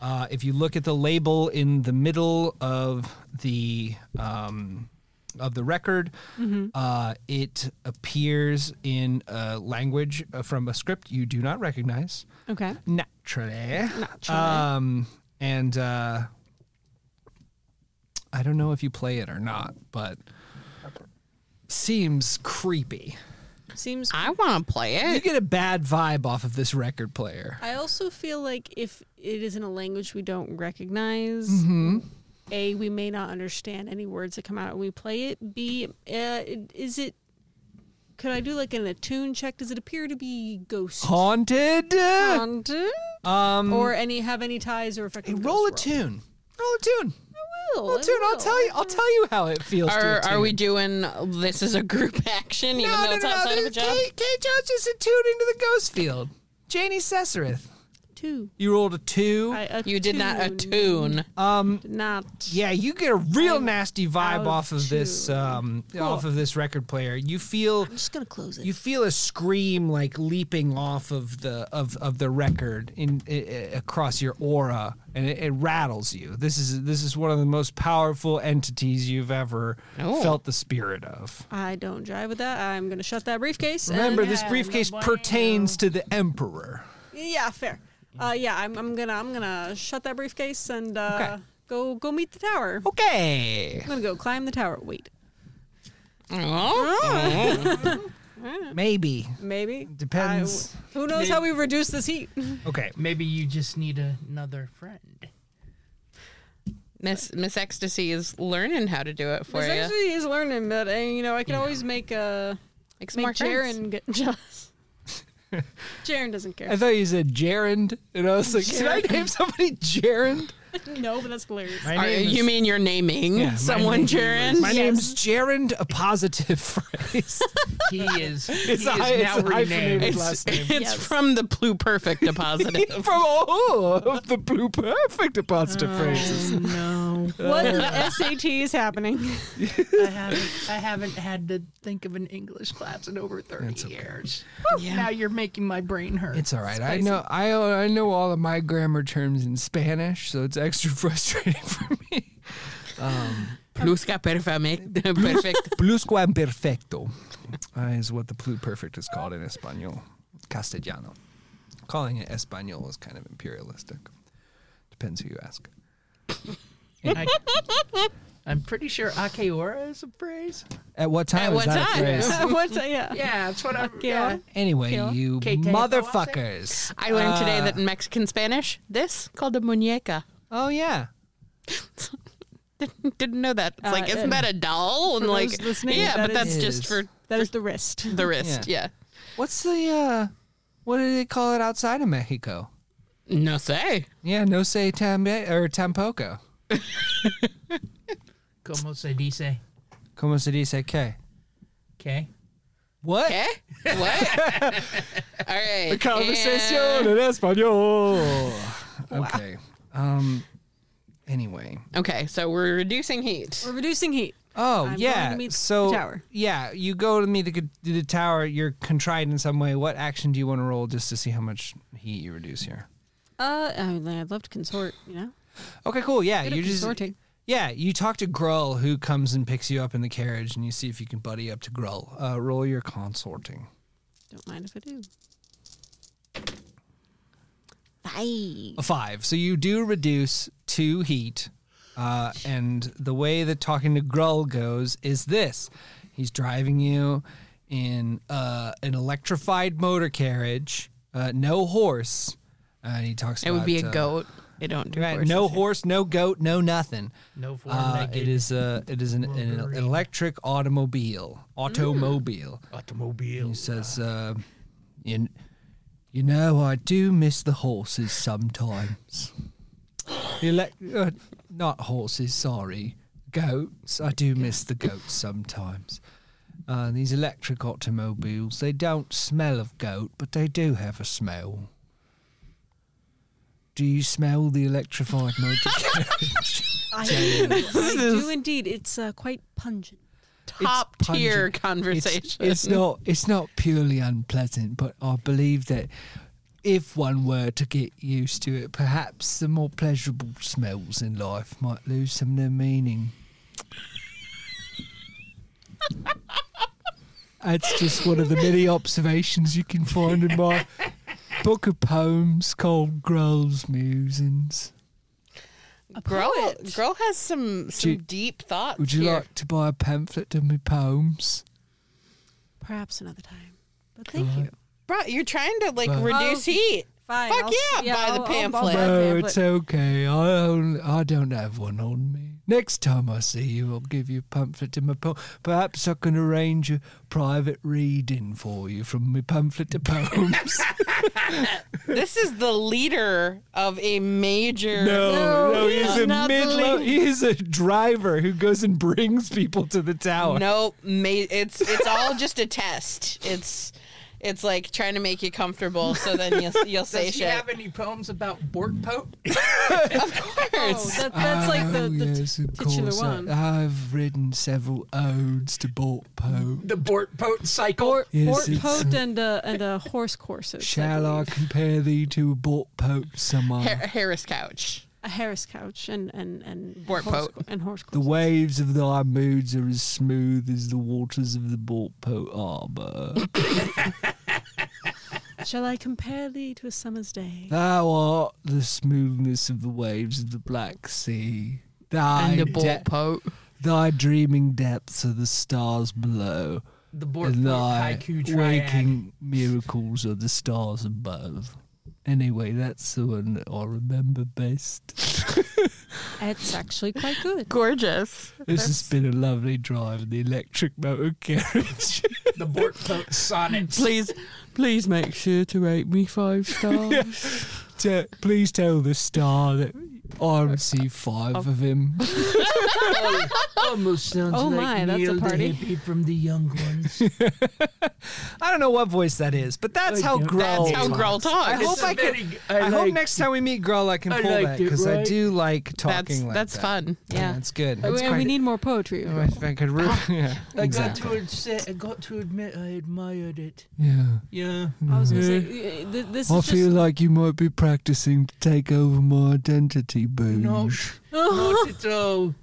S1: Uh, if you look at the label in the middle of the um, of the record. Uh, it appears in a language uh, from a script you do not recognize
S3: Okay.
S1: naturally.
S3: Naturally.
S1: Um, and uh, I don't know if you play it or not, but seems creepy.
S3: Seems.
S2: I want to play
S1: You
S2: it.
S1: get a bad vibe off of this record player.
S3: I also feel like if it is in a language we don't recognize,
S1: Mm-hmm.
S3: A, we may not understand any words that come out when we play it. B, uh, is it. Could I do like an attune check? Does it appear to be ghost
S1: Haunted.
S3: haunted?
S1: Um,
S3: or any have any ties or
S2: Oh,
S3: effect?
S1: hey,
S3: on ghost
S1: roll a
S3: world?
S1: tune. Roll a tune.
S3: I will.
S1: Roll a
S3: I
S1: tune. I'll
S3: will.
S1: tell you. I'll tell you how it feels. to
S2: Are,
S1: attune.
S2: are we doing this is a group action, even
S1: No,
S2: though
S1: no,
S2: it's
S1: no,
S2: outside
S1: no.
S2: of a
S1: this-
S2: job?
S1: Kate, Kate Jones just attuned into the ghost field. Janie Cesareth.
S3: Two.
S1: You rolled a two.
S3: I
S2: You did not
S3: attuned.
S2: attune.
S3: Did Not.
S1: Yeah, you get a real
S3: I'm
S1: nasty vibe
S3: out
S1: off of this
S3: too.
S1: um, off of this record player. You feel
S3: I'm just gonna close it.
S1: you feel a scream like leaping off of the of, of the record in i i across your aura, and it, it rattles you. This is this is one of the most powerful entities you've ever
S2: Oh.
S1: felt the spirit of.
S3: I don't drive with that. I'm gonna shut that briefcase. and-
S1: Remember, this briefcase pertains to the emperor.
S3: Yeah, fair. Uh, yeah, I'm, I'm gonna I'm gonna shut that briefcase and uh,
S1: Okay.
S3: go go meet the tower.
S1: Okay,
S3: I'm gonna go climb the tower. Wait,
S2: Oh.
S1: maybe.
S3: maybe
S1: Depends.
S3: I- who knows how we reduce this heat?
S1: Okay,
S4: Maybe you just need another friend.
S2: Miss Miss Ecstasy is learning how to do it for
S3: This
S2: you.
S3: actually is learning, but uh, you know I can always make uh,
S2: Make some
S3: make
S2: more friends.
S3: Jaren get jealous. Jaren doesn't care.
S1: I thought you said Gerund, and I was like, should I name somebody Gerund?
S3: no, but that's hilarious.
S1: My
S2: Are, you mean you're naming
S1: Yeah, my
S2: someone,
S1: name
S2: Jaren?
S1: My
S3: Yes.
S1: name's Gerund, a positive phrase.
S4: He is. he
S1: It's
S4: is
S1: a hy- it's
S4: now
S1: a hyphenated
S4: renamed.
S1: His
S2: It's,
S1: last name.
S2: it's from the Blue Perfect deposit.
S1: From all of the blue perfect a positive phrases.
S4: no,
S3: What
S1: Uh.
S3: in the SAT is happening?
S4: I haven't. I haven't had to think of an English class in over thirty years. Now you're making my brain hurt.
S1: It's all right. I know. I I know all of my grammar terms in Spanish, so it's extra frustrating for me.
S2: Plusca perfect. perfect.
S1: Pluscuamperfecto uh, is what the blue perfect is called in Espanol, Castellano. Calling it Espanol is kind of imperialistic. Depends who you ask.
S4: I, am pretty sure Akeora is a phrase.
S1: At what time
S2: At
S1: is
S2: what
S1: that a
S2: time?
S1: phrase?
S3: What's uh, yeah.
S4: Yeah, that's what I'm.
S3: yeah.
S1: Anyway,
S3: Yeah.
S1: you
S4: Okay, take a
S1: motherfuckers.
S2: I learned today
S1: Uh,
S2: that in Mexican Spanish, this called a muñeca.
S1: Oh yeah.
S2: Didn't know that. It's like,
S3: Uh,
S2: isn't that a doll? And
S3: for
S2: like,
S3: those listening,
S2: yeah,
S3: that
S2: but that's
S1: is-
S2: just for
S3: That is the wrist.
S2: the wrist. Yeah.
S1: What's the uh what do they call it outside of Mexico?
S2: No say.
S1: Yeah, no say tambe or tampoco.
S4: Como se dice?
S1: Como se dice que?
S4: Okay.
S1: What?
S2: Okay. Eh? What? All right.
S1: Conversación
S2: And-
S1: en español. Okay. Um anyway.
S2: Okay, so we're reducing heat.
S3: We're reducing heat.
S1: Oh
S3: I'm
S1: yeah.
S3: going to meet the
S1: so
S3: tower.
S1: yeah, you go to meet the, g- the tower, you're contrite in some way. What action do you want to roll just to see how much heat you reduce here?
S3: Uh, I mean, I'd love to consort. You know,
S1: Okay, cool. Yeah,
S3: Good at
S1: you just
S3: consorting.
S1: yeah. You talk to Grull, who comes and picks you up in the carriage, and you see if you can buddy up to Grull. Uh, roll your consorting.
S3: don't mind if I do.
S1: A five. So you do reduce two heat, uh, and the way that talking to Grull goes is this: he's driving you in uh, an electrified motor carriage, uh, no horse. Uh, and he talks.
S2: It would be a
S1: about, uh,
S2: goat. They don't do
S1: Right,
S2: horses.
S1: no horse, no goat, no nothing.
S4: No four
S1: Uh,
S4: legged
S1: it is a it is an, an electric automobile. Automobile. He
S4: automobile.
S1: says, uh, you, you know, I do miss the horses sometimes. The elec- uh, not horses, sorry, goats. I do miss the goats sometimes. Uh, these electric automobiles, they don't smell of goat, but they do have a smell. Do you smell the electrified motor carriage?
S3: I do, I do indeed. It's uh, quite pungent.
S2: Top tier
S1: pungent.
S2: conversation.
S1: It's, it's not it's not purely unpleasant, but I believe that if one were to get used to it, perhaps the more pleasurable smells in life might lose some of their meaning. That's just one of the many observations you can find in my book of poems called Grove's Musings.
S2: Girl,
S3: poet.
S2: girl has some some
S1: you-
S2: deep thoughts.
S1: Would you
S2: here.
S1: like to buy a pamphlet of my poems?
S3: Perhaps another time. But thank you.
S2: Bro, you're trying to like
S1: Well-
S2: reduce
S3: Oh,
S2: heat.
S3: Fine.
S2: Fuck yeah, buy the pamphlet.
S3: buy the
S1: No,
S3: pamphlet.
S1: it's okay. I don't, I don't have one on me. Next time I see you, I'll give you a pamphlet of my poem. Perhaps I can arrange a private reading for you from my pamphlet to poems.
S2: This is the leader of a major.
S1: No, no,
S3: No,
S1: he's
S3: he's
S1: a
S3: not the
S1: mid
S3: lead.
S1: he's a driver who goes and brings people to the tower.
S2: Nope. Ma- it's it's all just a test. It's it's like trying to make you comfortable, so then you'll you'll say
S4: Does he
S2: shit.
S4: have any poems about Bort Pope?
S3: Oh, that, that's like the,
S1: Oh,
S3: the t-
S1: yes, of
S3: titular
S1: course.
S3: one.
S1: I, have written several odes to Bort Pope.
S4: The Bort Pope cycle?
S1: Yes,
S3: Or
S1: it's-
S3: pote and uh, and uh, horse courses. I
S1: Shall I
S3: believe.
S1: compare thee to a Bort Pope, someone?
S2: Har- Harris couch.
S3: A Harris couch and and and
S2: Bort
S3: horse,
S2: pote.
S3: and horse
S1: The
S3: courses.
S1: waves of thy moods are as smooth as the waters of the Bort Pope Harbour.
S3: Shall I compare thee to a summer's day?
S1: Thou art the smoothness of the waves of the Black Sea. Thy, de-
S2: pope.
S1: thy dreaming depths are the stars below.
S4: The Bort
S1: and
S4: Pope
S1: thy
S4: haiku triad.
S1: waking miracles are the stars above. Anyway, that's the one that I remember best.
S3: It's actually quite good.
S2: Gorgeous.
S1: This has been a lovely drive in the electric motor carriage.
S4: The Bort Pope sonnets.
S2: Please, please make sure to rate me five stars.
S1: Te- please tell the star that I received five of him.
S4: Almost sounds
S3: Oh my, that's a party.
S4: hippie from the young ones.
S1: I don't know what voice that is, but that's
S4: I
S1: how
S4: don't-
S1: Growl.
S2: That's how Growl
S1: Oh, I hope
S2: talks.
S4: It's a
S1: I can.
S4: very-
S1: I,
S4: I
S1: hope
S4: liked-
S1: next time we meet Growl, I can
S4: I
S1: pull that
S4: liked it,
S1: because I
S4: right?
S1: do like talking
S2: That's
S1: like
S2: that's
S1: that.
S2: fun.
S3: Yeah.
S1: it's good.
S3: And
S1: It's
S3: we,
S1: quite-
S3: need more poetry.
S1: Oh, if I could. Re- yeah,
S4: I
S1: exactly.
S4: got to admit, I got to admit, I admired it.
S1: Yeah.
S4: Yeah.
S3: I was gonna say uh, th- this
S1: I
S3: is
S1: Mm-hmm. feel
S3: just
S1: like you might be practicing to take over my identity, Booge.
S4: No, not at all.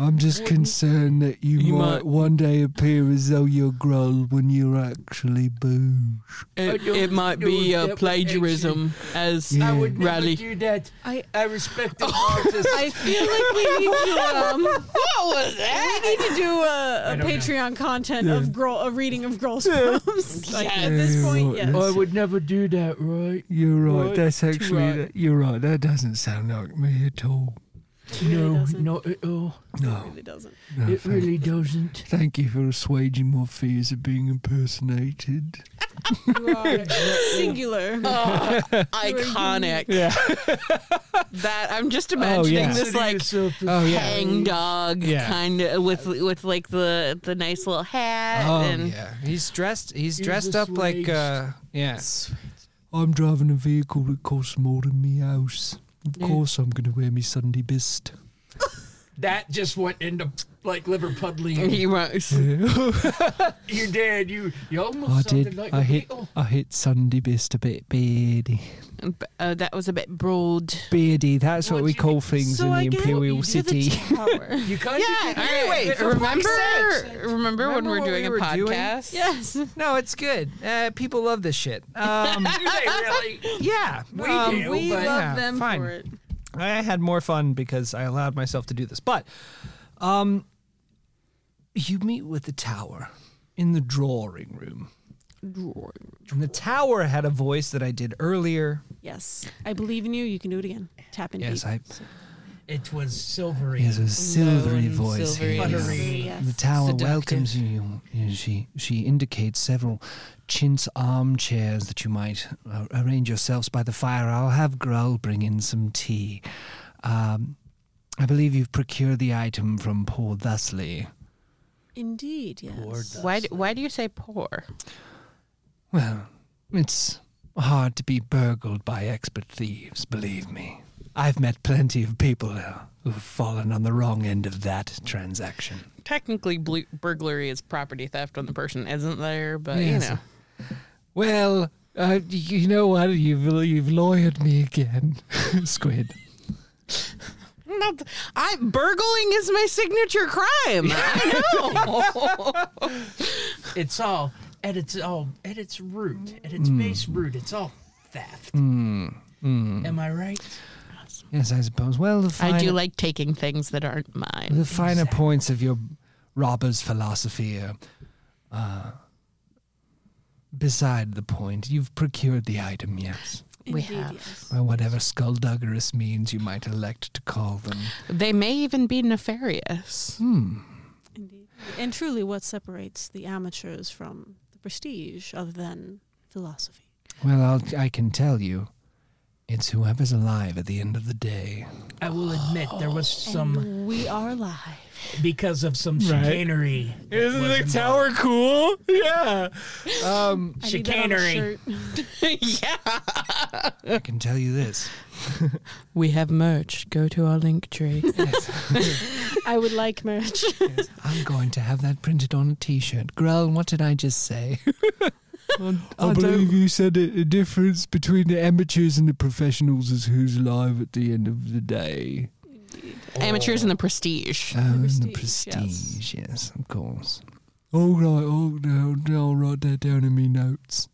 S1: I'm just concerned that you,
S6: You
S1: might,
S6: might-
S1: one day appear as though you're Growl when you're actually Booge.
S2: Oh,
S6: It,
S4: don't
S6: it might
S4: know
S6: be
S4: if
S6: uh,
S4: that would
S6: plagiarism as
S1: Yeah.
S4: I would never
S6: Rally.
S4: do that.
S3: I-
S4: I respect the artist.
S3: I feel like we need to um,
S2: What was that?
S3: we need to do a, a
S4: don't know.
S3: Patreon content
S1: Yeah.
S3: of girl a reading of girls poems. like, At
S2: Yes.
S3: this point,
S1: Yeah,
S3: yes.
S1: right.
S4: I would never do that, right?
S1: You're right.
S6: Right,
S1: That's
S6: too
S1: actually
S6: right.
S1: that- you're right. That doesn't sound like me at all.
S3: It really
S4: no,
S3: doesn't.
S4: not at all.
S3: It
S1: No,
S3: really doesn't.
S1: no.
S4: it
S1: thank-
S4: really doesn't.
S1: Thank you for assuaging my fears of being impersonated.
S3: You are singular.
S2: Oh, iconic.
S1: Yeah.
S2: That I'm just imagining
S1: Oh, yeah.
S2: this like
S1: Oh
S2: hang dog
S1: Yeah.
S2: kind of with with like the the nice little hat
S1: Um, Oh,
S2: and
S1: yeah. He's dressed. He's
S4: Uh, He's
S1: dressed up like.
S4: assuaged.
S1: Uh, yeah. I'm driving a vehicle that costs more than me house. Of course, I'm going to wear me Sunday best.
S4: That just went into like Liverpudlian.
S2: he runs.
S4: you did. You you almost
S1: I
S4: sounded
S1: did.
S4: like
S1: I
S4: a
S1: hit.
S4: beetle.
S1: I hit Sunday best a bit, beardy.
S2: Uh, that was a bit broad.
S1: Beardy. That's what
S4: What'd
S1: we
S4: you
S1: call things
S3: so
S1: in the
S3: I get
S1: Imperial
S3: you to
S1: City.
S3: the tower.
S4: You kind
S2: Yeah.
S4: of did.
S2: Anyway,
S1: for fuck's
S2: remember,
S1: sake.
S2: remember when
S1: Remember
S2: we
S1: what
S2: were doing
S1: we
S2: a
S1: were doing?
S2: podcast?
S3: yes.
S1: no, it's good. Uh, people love this shit. Um,
S4: Do they really?
S1: yeah, we
S4: do,
S3: We
S4: but-
S3: love
S1: yeah,
S3: them
S1: fine.
S3: for it.
S1: I had more fun because I allowed myself to do this. But um, you meet with the tower in the drawing room. And the tower had a voice that I did earlier.
S3: Yes. I believe in you. You can do it again. Tap in
S1: Yes,
S3: deep.
S1: I.
S4: It was silvery.
S1: Yes, a silvery
S2: and
S1: voice.
S2: silvery.
S1: here.
S4: Buttery.
S3: Yes.
S1: The tower
S2: Seductive.
S1: welcomes you. and She she indicates several chintz armchairs that you might uh, arrange yourselves by the fire. I'll have Growl bring in some tea. Um, I believe you've procured the item from poor Thusly.
S3: Indeed, yes.
S2: Why do, why do you say poor?
S1: Well, it's hard to be burgled by expert thieves, believe me. I've met plenty of people uh, who've fallen on the wrong end of that transaction.
S2: Technically, blu- burglary is property theft when the person isn't there, but
S1: Yes.
S2: you know.
S1: Well, uh, you know what? You've you've lawyered me again, Squid.
S2: I'm not. I burgling is my signature crime. I know.
S4: It's all at its all at its root, at
S2: Mm.
S4: its base root. It's all theft.
S2: mm.
S4: Am I right?
S1: Yes, I suppose. Well, the finer,
S2: I do like taking things that aren't mine.
S1: the finer points of your robber's philosophy are uh, beside the point. You've procured the item, yes.
S2: We
S3: Indeed,
S2: have.
S3: yes.
S1: By whatever skullduggerous means you might elect to call them.
S2: They may even be nefarious.
S3: Indeed. And truly, what separates the amateurs from the prestige other than philosophy?
S1: Well, I'll, I can tell you, it's whoever's alive at the end of the day.
S4: I will admit there was
S3: Oh,
S4: some
S3: And we are alive.
S4: because of some chicanery. that was involved.
S1: cool? Yeah. Um,
S3: I need that on a
S4: Chicanery.
S3: shirt.
S2: yeah.
S1: I can tell you this.
S2: We have merch. Go to our link tree.
S3: I would like merch.
S1: I'm going to have that printed on a T-shirt. Grell, what did I just say? I believe you said it, the difference between the amateurs and the professionals is who's alive at the end of the day.
S2: Amateurs and the prestige.
S1: Oh, and the
S3: prestige,
S1: prestige, yes. of course. All right, all right, I'll write that down in me notes.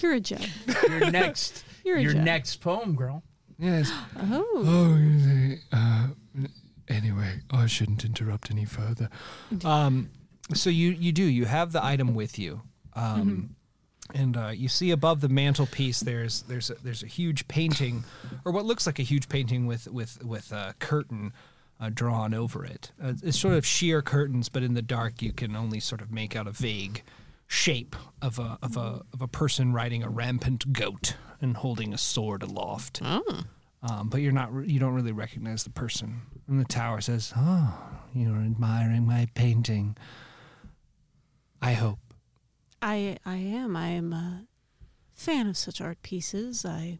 S3: You're a gem.
S4: Your next,
S3: You're a
S4: your
S3: gem.
S4: next poem, girl.
S1: Yes.
S3: Oh,
S1: Oh, you see, uh, anyway, I shouldn't interrupt any further. Um, so you you do you have the item with you, um, and uh, you see above the mantelpiece there's there's a, there's a huge painting, or what looks like a huge painting with with with a curtain. Uh, drawn over it. Uh, it's sort of sheer curtains, but in the dark you can only sort of make out a vague shape of a of a of a person riding a rampant goat and holding a sword aloft
S2: Oh.
S1: um, but you're not re- you don't really recognize the person. And the tower says, "Oh, you're admiring my painting. I hope."
S3: I I am. I am a fan of such art pieces. I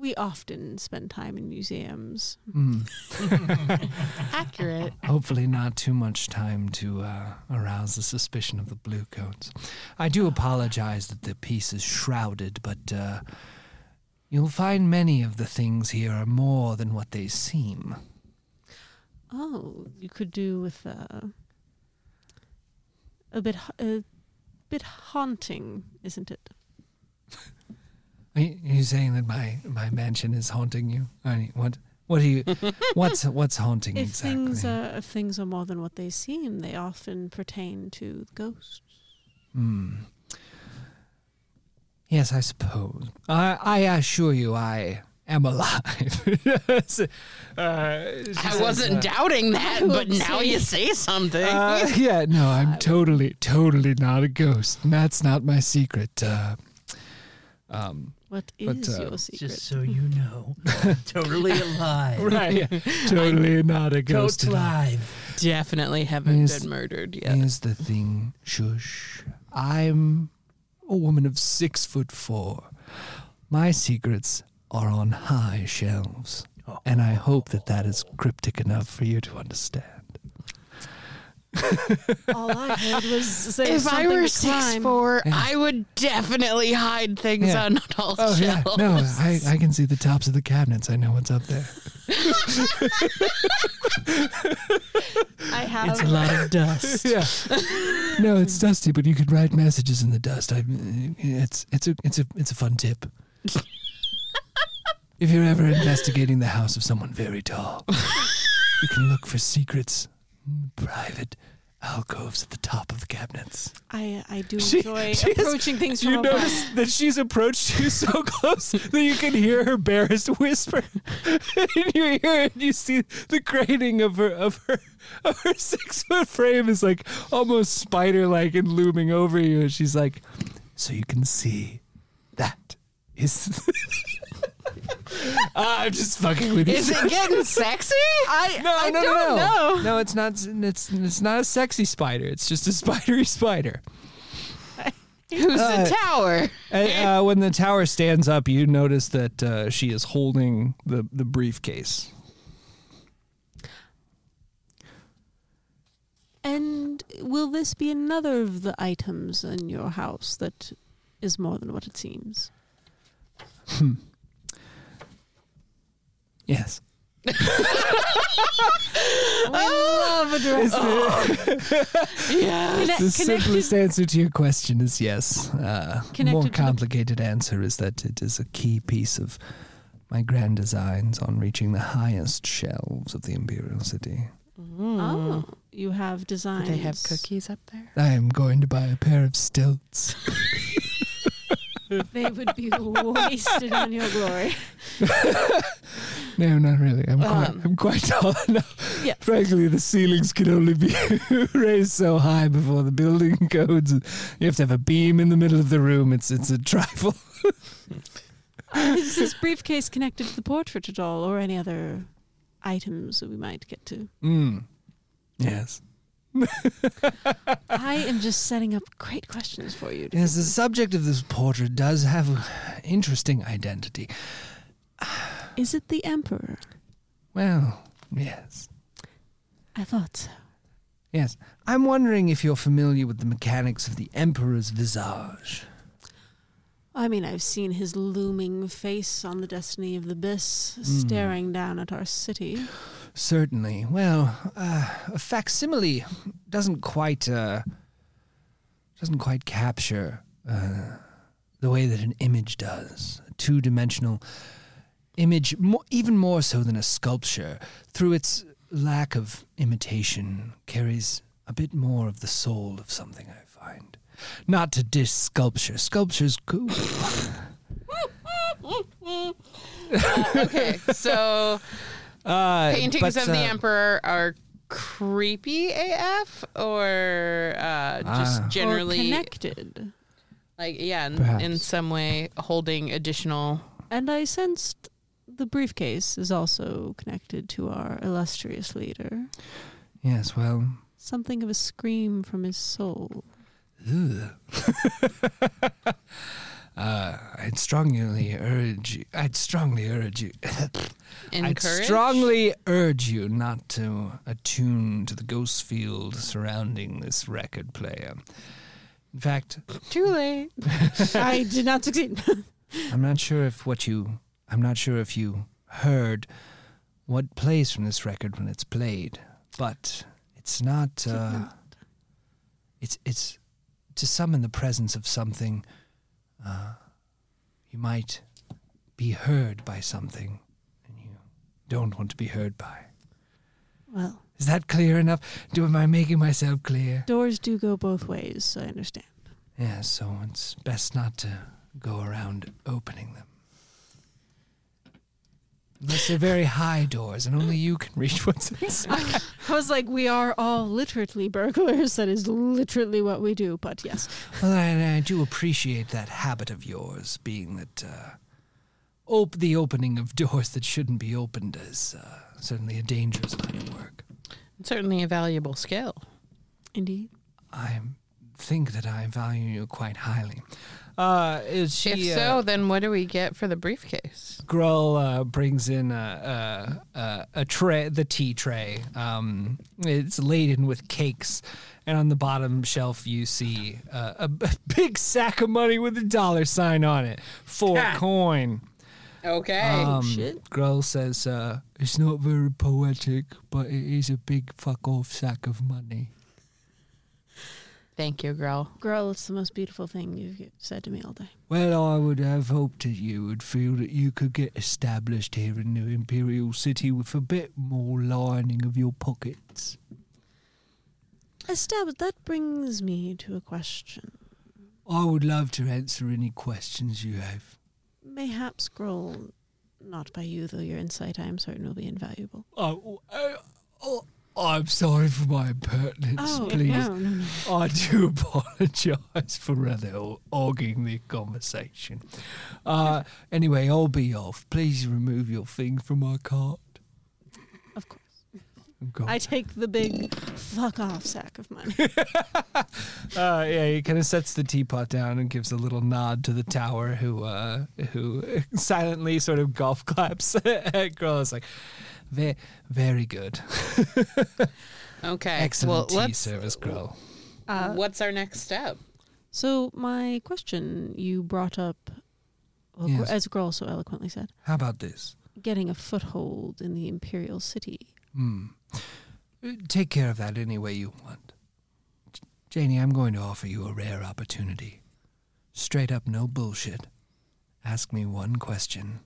S3: we often spend time in museums.
S7: Hmm.
S1: Mm.
S2: Accurate.
S1: Hopefully, not too much time to uh, arouse the suspicion of the bluecoats. I do apologize that the piece is shrouded, but uh, you'll find many of the things here are more than what they seem.
S3: Oh, you could do with uh, a bit ha- a bit haunting, isn't it?
S1: Are you, are you saying that my, my mansion is haunting you? I mean, what what are you? What's what's haunting
S3: If
S1: exactly?
S3: things are if things are more than what they seem, they often pertain to ghosts.
S1: Hmm. Yes, I suppose. I, I assure you, I am alive. Yes. Uh, she
S2: I
S1: says,
S2: wasn't
S1: uh,
S2: doubting that, but now you say something.
S1: uh, yeah, no, I'm totally, totally not a ghost. And that's not my secret. Uh, um,
S3: What
S1: But,
S3: is
S1: uh,
S3: your secret?
S4: Just so you know, totally alive.
S1: right, yeah, totally not a ghost.
S4: Goat's
S1: at all.
S4: live.
S2: Definitely haven't
S1: Yes.
S2: been murdered yet.
S1: Here's the thing, shush. I'm a woman of six foot four. My secrets are on high shelves, and I hope that that is cryptic enough for you to understand.
S3: All I heard was there was
S2: If I
S3: something
S2: were
S3: to
S2: six
S3: climb.
S2: four, I would definitely hide things
S1: Yeah.
S2: on all
S1: Oh
S2: shelves.
S1: yeah, no, I, I can see the tops of the cabinets. I know what's up there.
S3: I have
S2: It's a lot of dust.
S1: yeah, no, it's dusty, but you could write messages in the dust. I, it's it's a it's a it's a fun tip. if you're ever investigating the house of someone very tall, you can look for secrets, in private alcoves at the top of the cabinets.
S3: I I do
S1: She-
S3: enjoy
S1: she is-
S3: approaching things from
S1: you
S3: above.
S1: notice that she's approached you so close that you can hear her barest whisper in your ear, and you see the grating of her of her of her six foot frame is like almost spider like and looming over you. And she's like, "So you can see that is." Ah, I'm just fucking with you.
S2: Is it getting sexy? I
S1: No,
S2: I
S1: no,
S2: don't
S1: no, no,
S2: know.
S1: no! It's not. It's it's not a sexy spider. It's just a spidery spider.
S2: Who's
S1: Uh,
S2: the tower?
S1: Uh, uh, when the tower stands up, you notice that uh, she is holding the, the briefcase.
S3: And will this be another of the items in your house that is more than what it seems?
S1: Yes.
S7: oh,
S3: love a dress.
S1: Oh,
S2: Yeah.
S3: Conne-
S7: The
S3: connected,
S7: simplest answer to your question is yes. Uh,
S3: Connected
S7: more
S3: to the-
S7: complicated answer is that it is a key piece of my grand designs on reaching the highest shelves of the Imperial City.
S3: oh, you have
S7: Oh,
S3: designs.
S2: Mm. They have cookies up there.
S7: I am going to buy a pair of stilts.
S3: They would be wasted on your glory.
S7: No, not really. I'm
S2: Um,
S7: quite, I'm quite tall enough.
S3: Yeah.
S7: Frankly, the ceilings can only be raised so high before the building codes. You have to have a beam in the middle of the room. It's it's a trifle.
S3: Uh, Is this briefcase connected to the portrait at all, or any other items that we might get to?
S7: Mm. Yes.
S3: I am just setting up great questions for you.
S7: Yes, the subject of this portrait does have interesting identity.
S3: Is it the emperor?
S7: Well, yes.
S3: I thought so.
S7: Yes. I'm wondering if you're familiar with the mechanics of the Emperor's visage.
S3: I mean, I've seen his looming face on the destiny of the abyss, staring down at our city.
S7: Certainly. Well, uh, a facsimile doesn't quite uh, doesn't quite capture uh, the way that an image does. A two-dimensional image, mo even more so than a sculpture, through its lack of imitation, carries a bit more of the soul of something. I find. Not to diss sculpture. Sculpture's cool.
S2: Mm. Uh, Okay, so
S7: Uh,
S2: paintings
S7: but,
S2: of the
S7: uh,
S2: emperor are creepy AF or uh, just
S7: Ah.
S3: or
S2: generally
S3: connected.
S2: like yeah in,
S7: Perhaps.
S2: in some way holding additional
S3: And I sensed the briefcase is also connected to our illustrious leader.
S7: Yes. Well.
S3: Something of a scream from his soul.
S7: Ugh. uh, I'd strongly urge you. I'd strongly urge you. I'd
S2: encourage
S7: strongly urge you not to attune to the ghost field surrounding this record player. In fact,
S2: too late
S3: I did not succeed.
S7: I'm not sure if what you. I'm not sure if you heard what plays from this record when it's played, but it's not. Uh, it's it's to summon the presence of something uh, you might be heard by something and you don't want to be heard by
S3: well,
S7: is that clear enough do am i making myself clear
S3: doors do go both ways, I understand.
S7: yeah so it's best not to go around opening them unless they're very high doors and only you can reach what's inside
S3: I was like, we are all literally burglars. That is literally what we do. But yes,
S7: Well, I, I do appreciate that habit of yours, being that uh, op- the opening of doors that shouldn't be opened is uh, certainly a dangerous line of work.
S2: certainly a valuable skill
S3: indeed.
S7: I think that I value you quite highly. Uh, is she,
S2: if so then what do we get for the briefcase
S7: Grull uh, brings in a, a, a, a tray, the tea tray. Um, it's laden with cakes, and on the bottom shelf you see uh, a b- big sack of money with a dollar sign on it for
S8: Ha.
S7: coin.
S2: okay
S7: Um,
S3: shit.
S7: Grull says uh, it's not very poetic, but it is a big fuck off sack of money.
S2: thank you girl
S3: Girl, it's the most beautiful thing you've said to me all day.
S7: Well, I would have hoped that you would feel that you could get established here in the Imperial City with a bit more lining of your pockets.
S3: Established. That brings me to a question.
S7: I would love to answer any questions you have.
S3: Mayhap scroll, not by you, though your insight I am certain will be invaluable.
S7: Oh, oh, oh, I'm sorry for my impertinence,
S2: Oh,
S7: please.
S3: Oh, no, no, no.
S7: I do apologise for rather o- hogging the conversation. Uh, anyway, I'll be off. Please remove your thing from my cart.
S3: Of course.
S7: I'm gone.
S3: I take the big fuck off sack of money.
S7: Uh, yeah, he kind of sets the teapot down and gives a little nod to the tower, who uh, who silently sort of golf claps at Girl. It's like, very, very good.
S2: okay
S7: Excellent
S2: well
S7: tea
S2: let's uh,
S7: service, Girl.
S2: what's our next step
S3: So, my question you brought up, well,
S7: Yes.
S3: as Grohl so eloquently said,
S7: How about this?
S3: getting a foothold in the Imperial City.
S7: Hmm. Take care of that any way you want. J- Janie, I'm going to offer you a rare opportunity. Straight up, no bullshit. Ask me one question,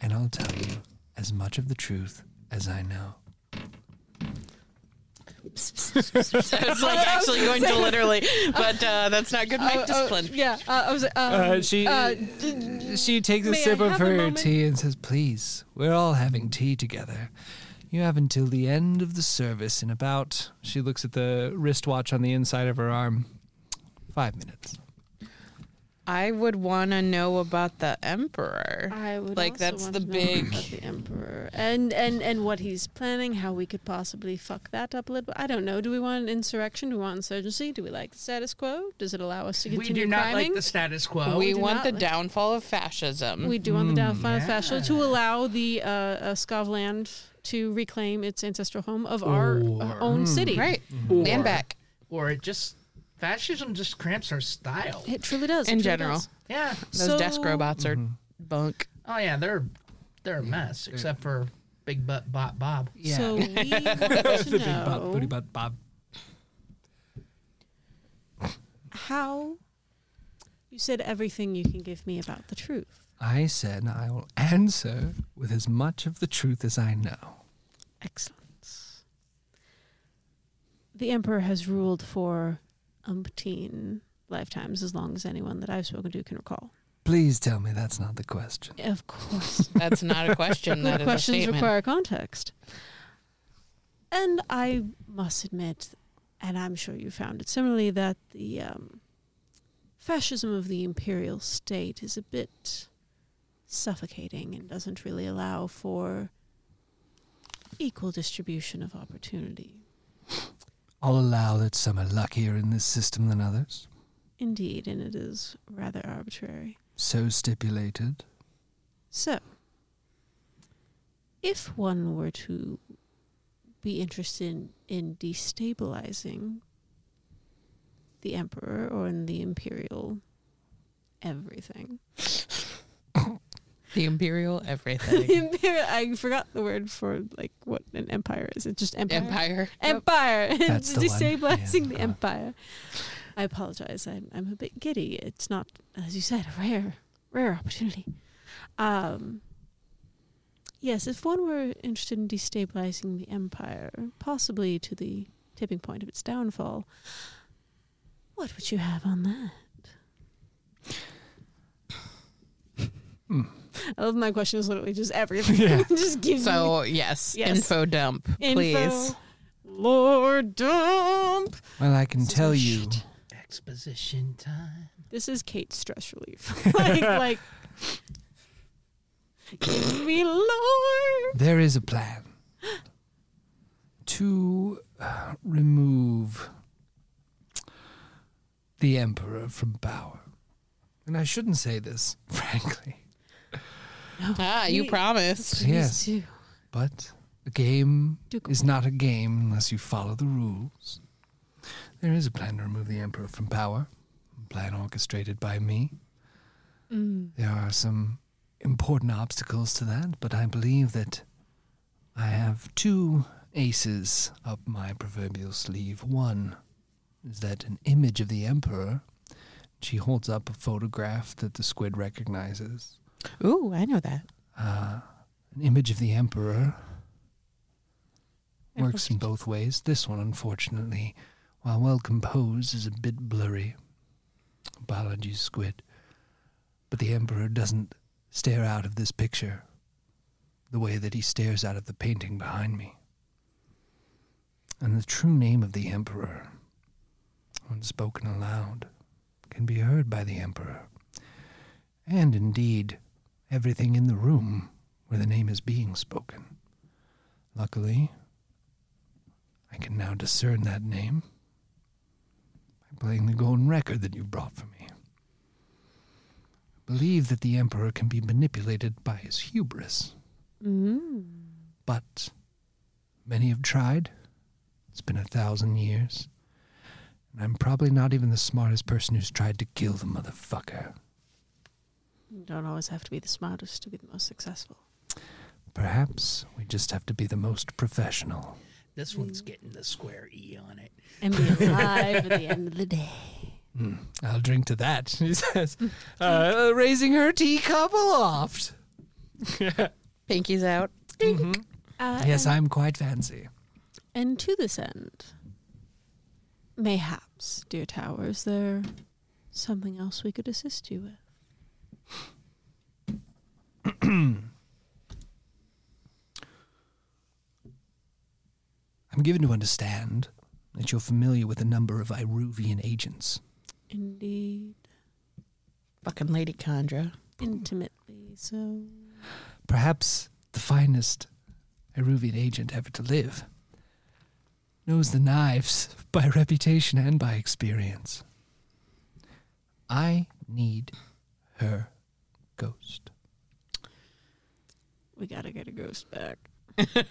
S7: and I'll tell you as much of the truth as I know.
S2: I was like actually going to literally, but uh, that's not good mic discipline.
S3: yeah, I was.
S7: she she takes a
S3: may I
S7: sip of
S3: have a
S7: her
S3: moment?
S7: tea and says, "Please, we're all having tea together. You have until the end of the service in about." She looks at the wristwatch on the inside of her arm. Five minutes.
S2: I would want to know about the emperor.
S3: I would
S2: like
S3: also
S2: that's
S3: want
S2: the
S3: to know
S2: big.
S3: about the emperor and and and what he's planning, how we could possibly fuck that up a little. bit. I don't know. Do we want an insurrection? Do we want insurgency? Do we like the status quo? Does it allow us to
S4: We
S3: continue
S4: do not
S3: criming?
S4: like the status quo.
S2: we
S3: do
S2: want
S3: not
S2: the
S3: like-
S2: downfall of fascism.
S3: we do want the downfall
S4: Mm, yeah.
S3: of fascism to allow the uh, uh, Scovland to reclaim its ancestral home of our uh,
S4: Or- mm.
S3: own city.
S2: right
S4: Or-
S2: and back.
S4: Or it just fascism just cramps our style.
S3: It truly does. it
S2: In
S3: truly
S2: general.
S3: does.
S4: Yeah.
S2: Those
S3: So-
S2: desk robots are
S7: Mm-hmm.
S2: bunk.
S4: Oh yeah, they're they're a mess except for Big Butt Bot Bob.
S3: So we want to know
S7: Booty butt Bob.
S3: how you said everything you can give me about the truth.
S7: I said I will answer with as much of the truth as I know.
S3: Excellence. The Emperor has ruled for umpteen lifetimes, as long as anyone that I've spoken to can recall.
S7: Please tell me that's not the question.
S3: Of course.
S2: That's not a question. that
S3: Good
S2: is a
S3: questions
S2: statement.
S3: require context. And I must admit, and I'm sure you found it similarly, that the um, fascism of the imperial state is a bit suffocating and doesn't really allow for equal distribution of opportunity.
S7: I'll allow that some are luckier in this system than others.
S3: Indeed, and it is rather arbitrary.
S7: So stipulated.
S3: So, if one were to be interested in, in destabilizing the emperor or in the imperial everything,
S2: The imperial
S3: the
S2: everything.
S3: imperial, I forgot the word for like what an empire is. It's just empire.
S2: Empire.
S3: Empire.
S7: That's the one.
S3: destabilizing
S7: Yeah, uh,
S3: the
S7: God.
S3: empire. I apologize. I'm, I'm a bit giddy. It's not, as you said, a rare, rare opportunity. Um, yes, if one were interested in destabilizing the empire, possibly to the tipping point of its downfall, what would you have on that?
S7: Hmm.
S3: I love my question is literally just everything. just give me
S2: So yes,
S3: Yes.
S2: info dump,
S3: Info.
S2: please.
S3: Lord dump.
S7: Well, I can tell you.
S3: Shit.
S4: Exposition time.
S3: This is Kate's stress relief. like, like, give me Lord.
S7: There is a plan to uh, remove the Emperor from power. And I shouldn't say this, frankly,
S2: Ah, you
S3: Ye-
S2: promised.
S3: Please
S7: Yes.
S3: do.
S7: but a game
S3: Do-
S7: is not a game unless you follow the rules. There is a plan to remove the Emperor from power, a plan orchestrated by me.
S3: Mm-hmm.
S7: There are some important obstacles to that, but I believe that I have two aces up my proverbial sleeve. One is that an image of the Emperor. She holds up a photograph that the squid recognizes.
S2: Ooh, I know that.
S7: Uh, an image of the Emperor works in both ways. This one, unfortunately, while well composed, is a bit blurry. Apologies, Squid. But the Emperor doesn't stare out of this picture the way that he stares out of the painting behind me. And the true name of the Emperor, when spoken aloud, can be heard by the Emperor. And indeed, everything in the room where the name is being spoken. Luckily, I can now discern that name by playing the golden record that you brought for me. I believe that the Emperor can be manipulated by his hubris,
S3: Mm.
S7: but many have tried. It's been a thousand years. And I'm probably not even the smartest person who's tried to kill the motherfucker.
S3: You don't always have to be the smartest to be the most successful.
S7: Perhaps we just have to be the most professional.
S4: This one's getting the square E on it.
S3: and be alive at the end of the day.
S7: I'll drink to that, she says, uh, raising her teacup aloft.
S2: Pinky's out.
S3: Uh,
S7: Yes,
S3: and,
S7: I'm quite fancy.
S3: and to this end, mayhaps, dear Tower, is there something else we could assist you with?
S7: I'm given to understand that you're familiar with a number of Iruvian agents.
S3: Indeed,
S2: Fucking Lady Condra.
S3: intimately. So,
S7: perhaps the finest Iruvian agent ever to live, knows the knives by reputation and by experience. I need her ghost.
S3: we gotta get a ghost back.
S2: Okay.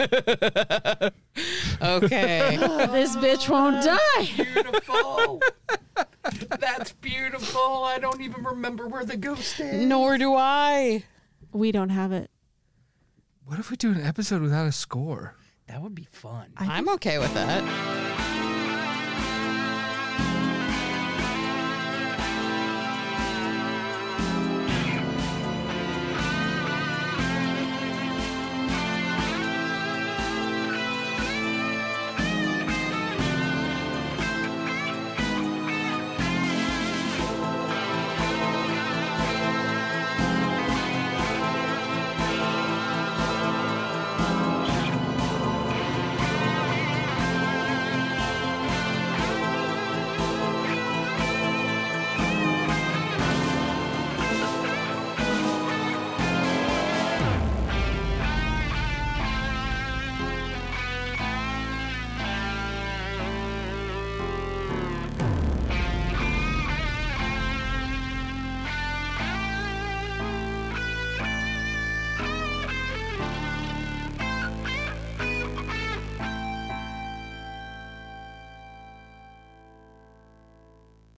S3: this bitch won't die.
S4: Beautiful. That's beautiful. I don't even remember where the ghost is.
S2: Nor do I.
S3: We don't have it.
S7: What if we do an episode without a score?
S4: That would be fun.
S2: I'm okay with that.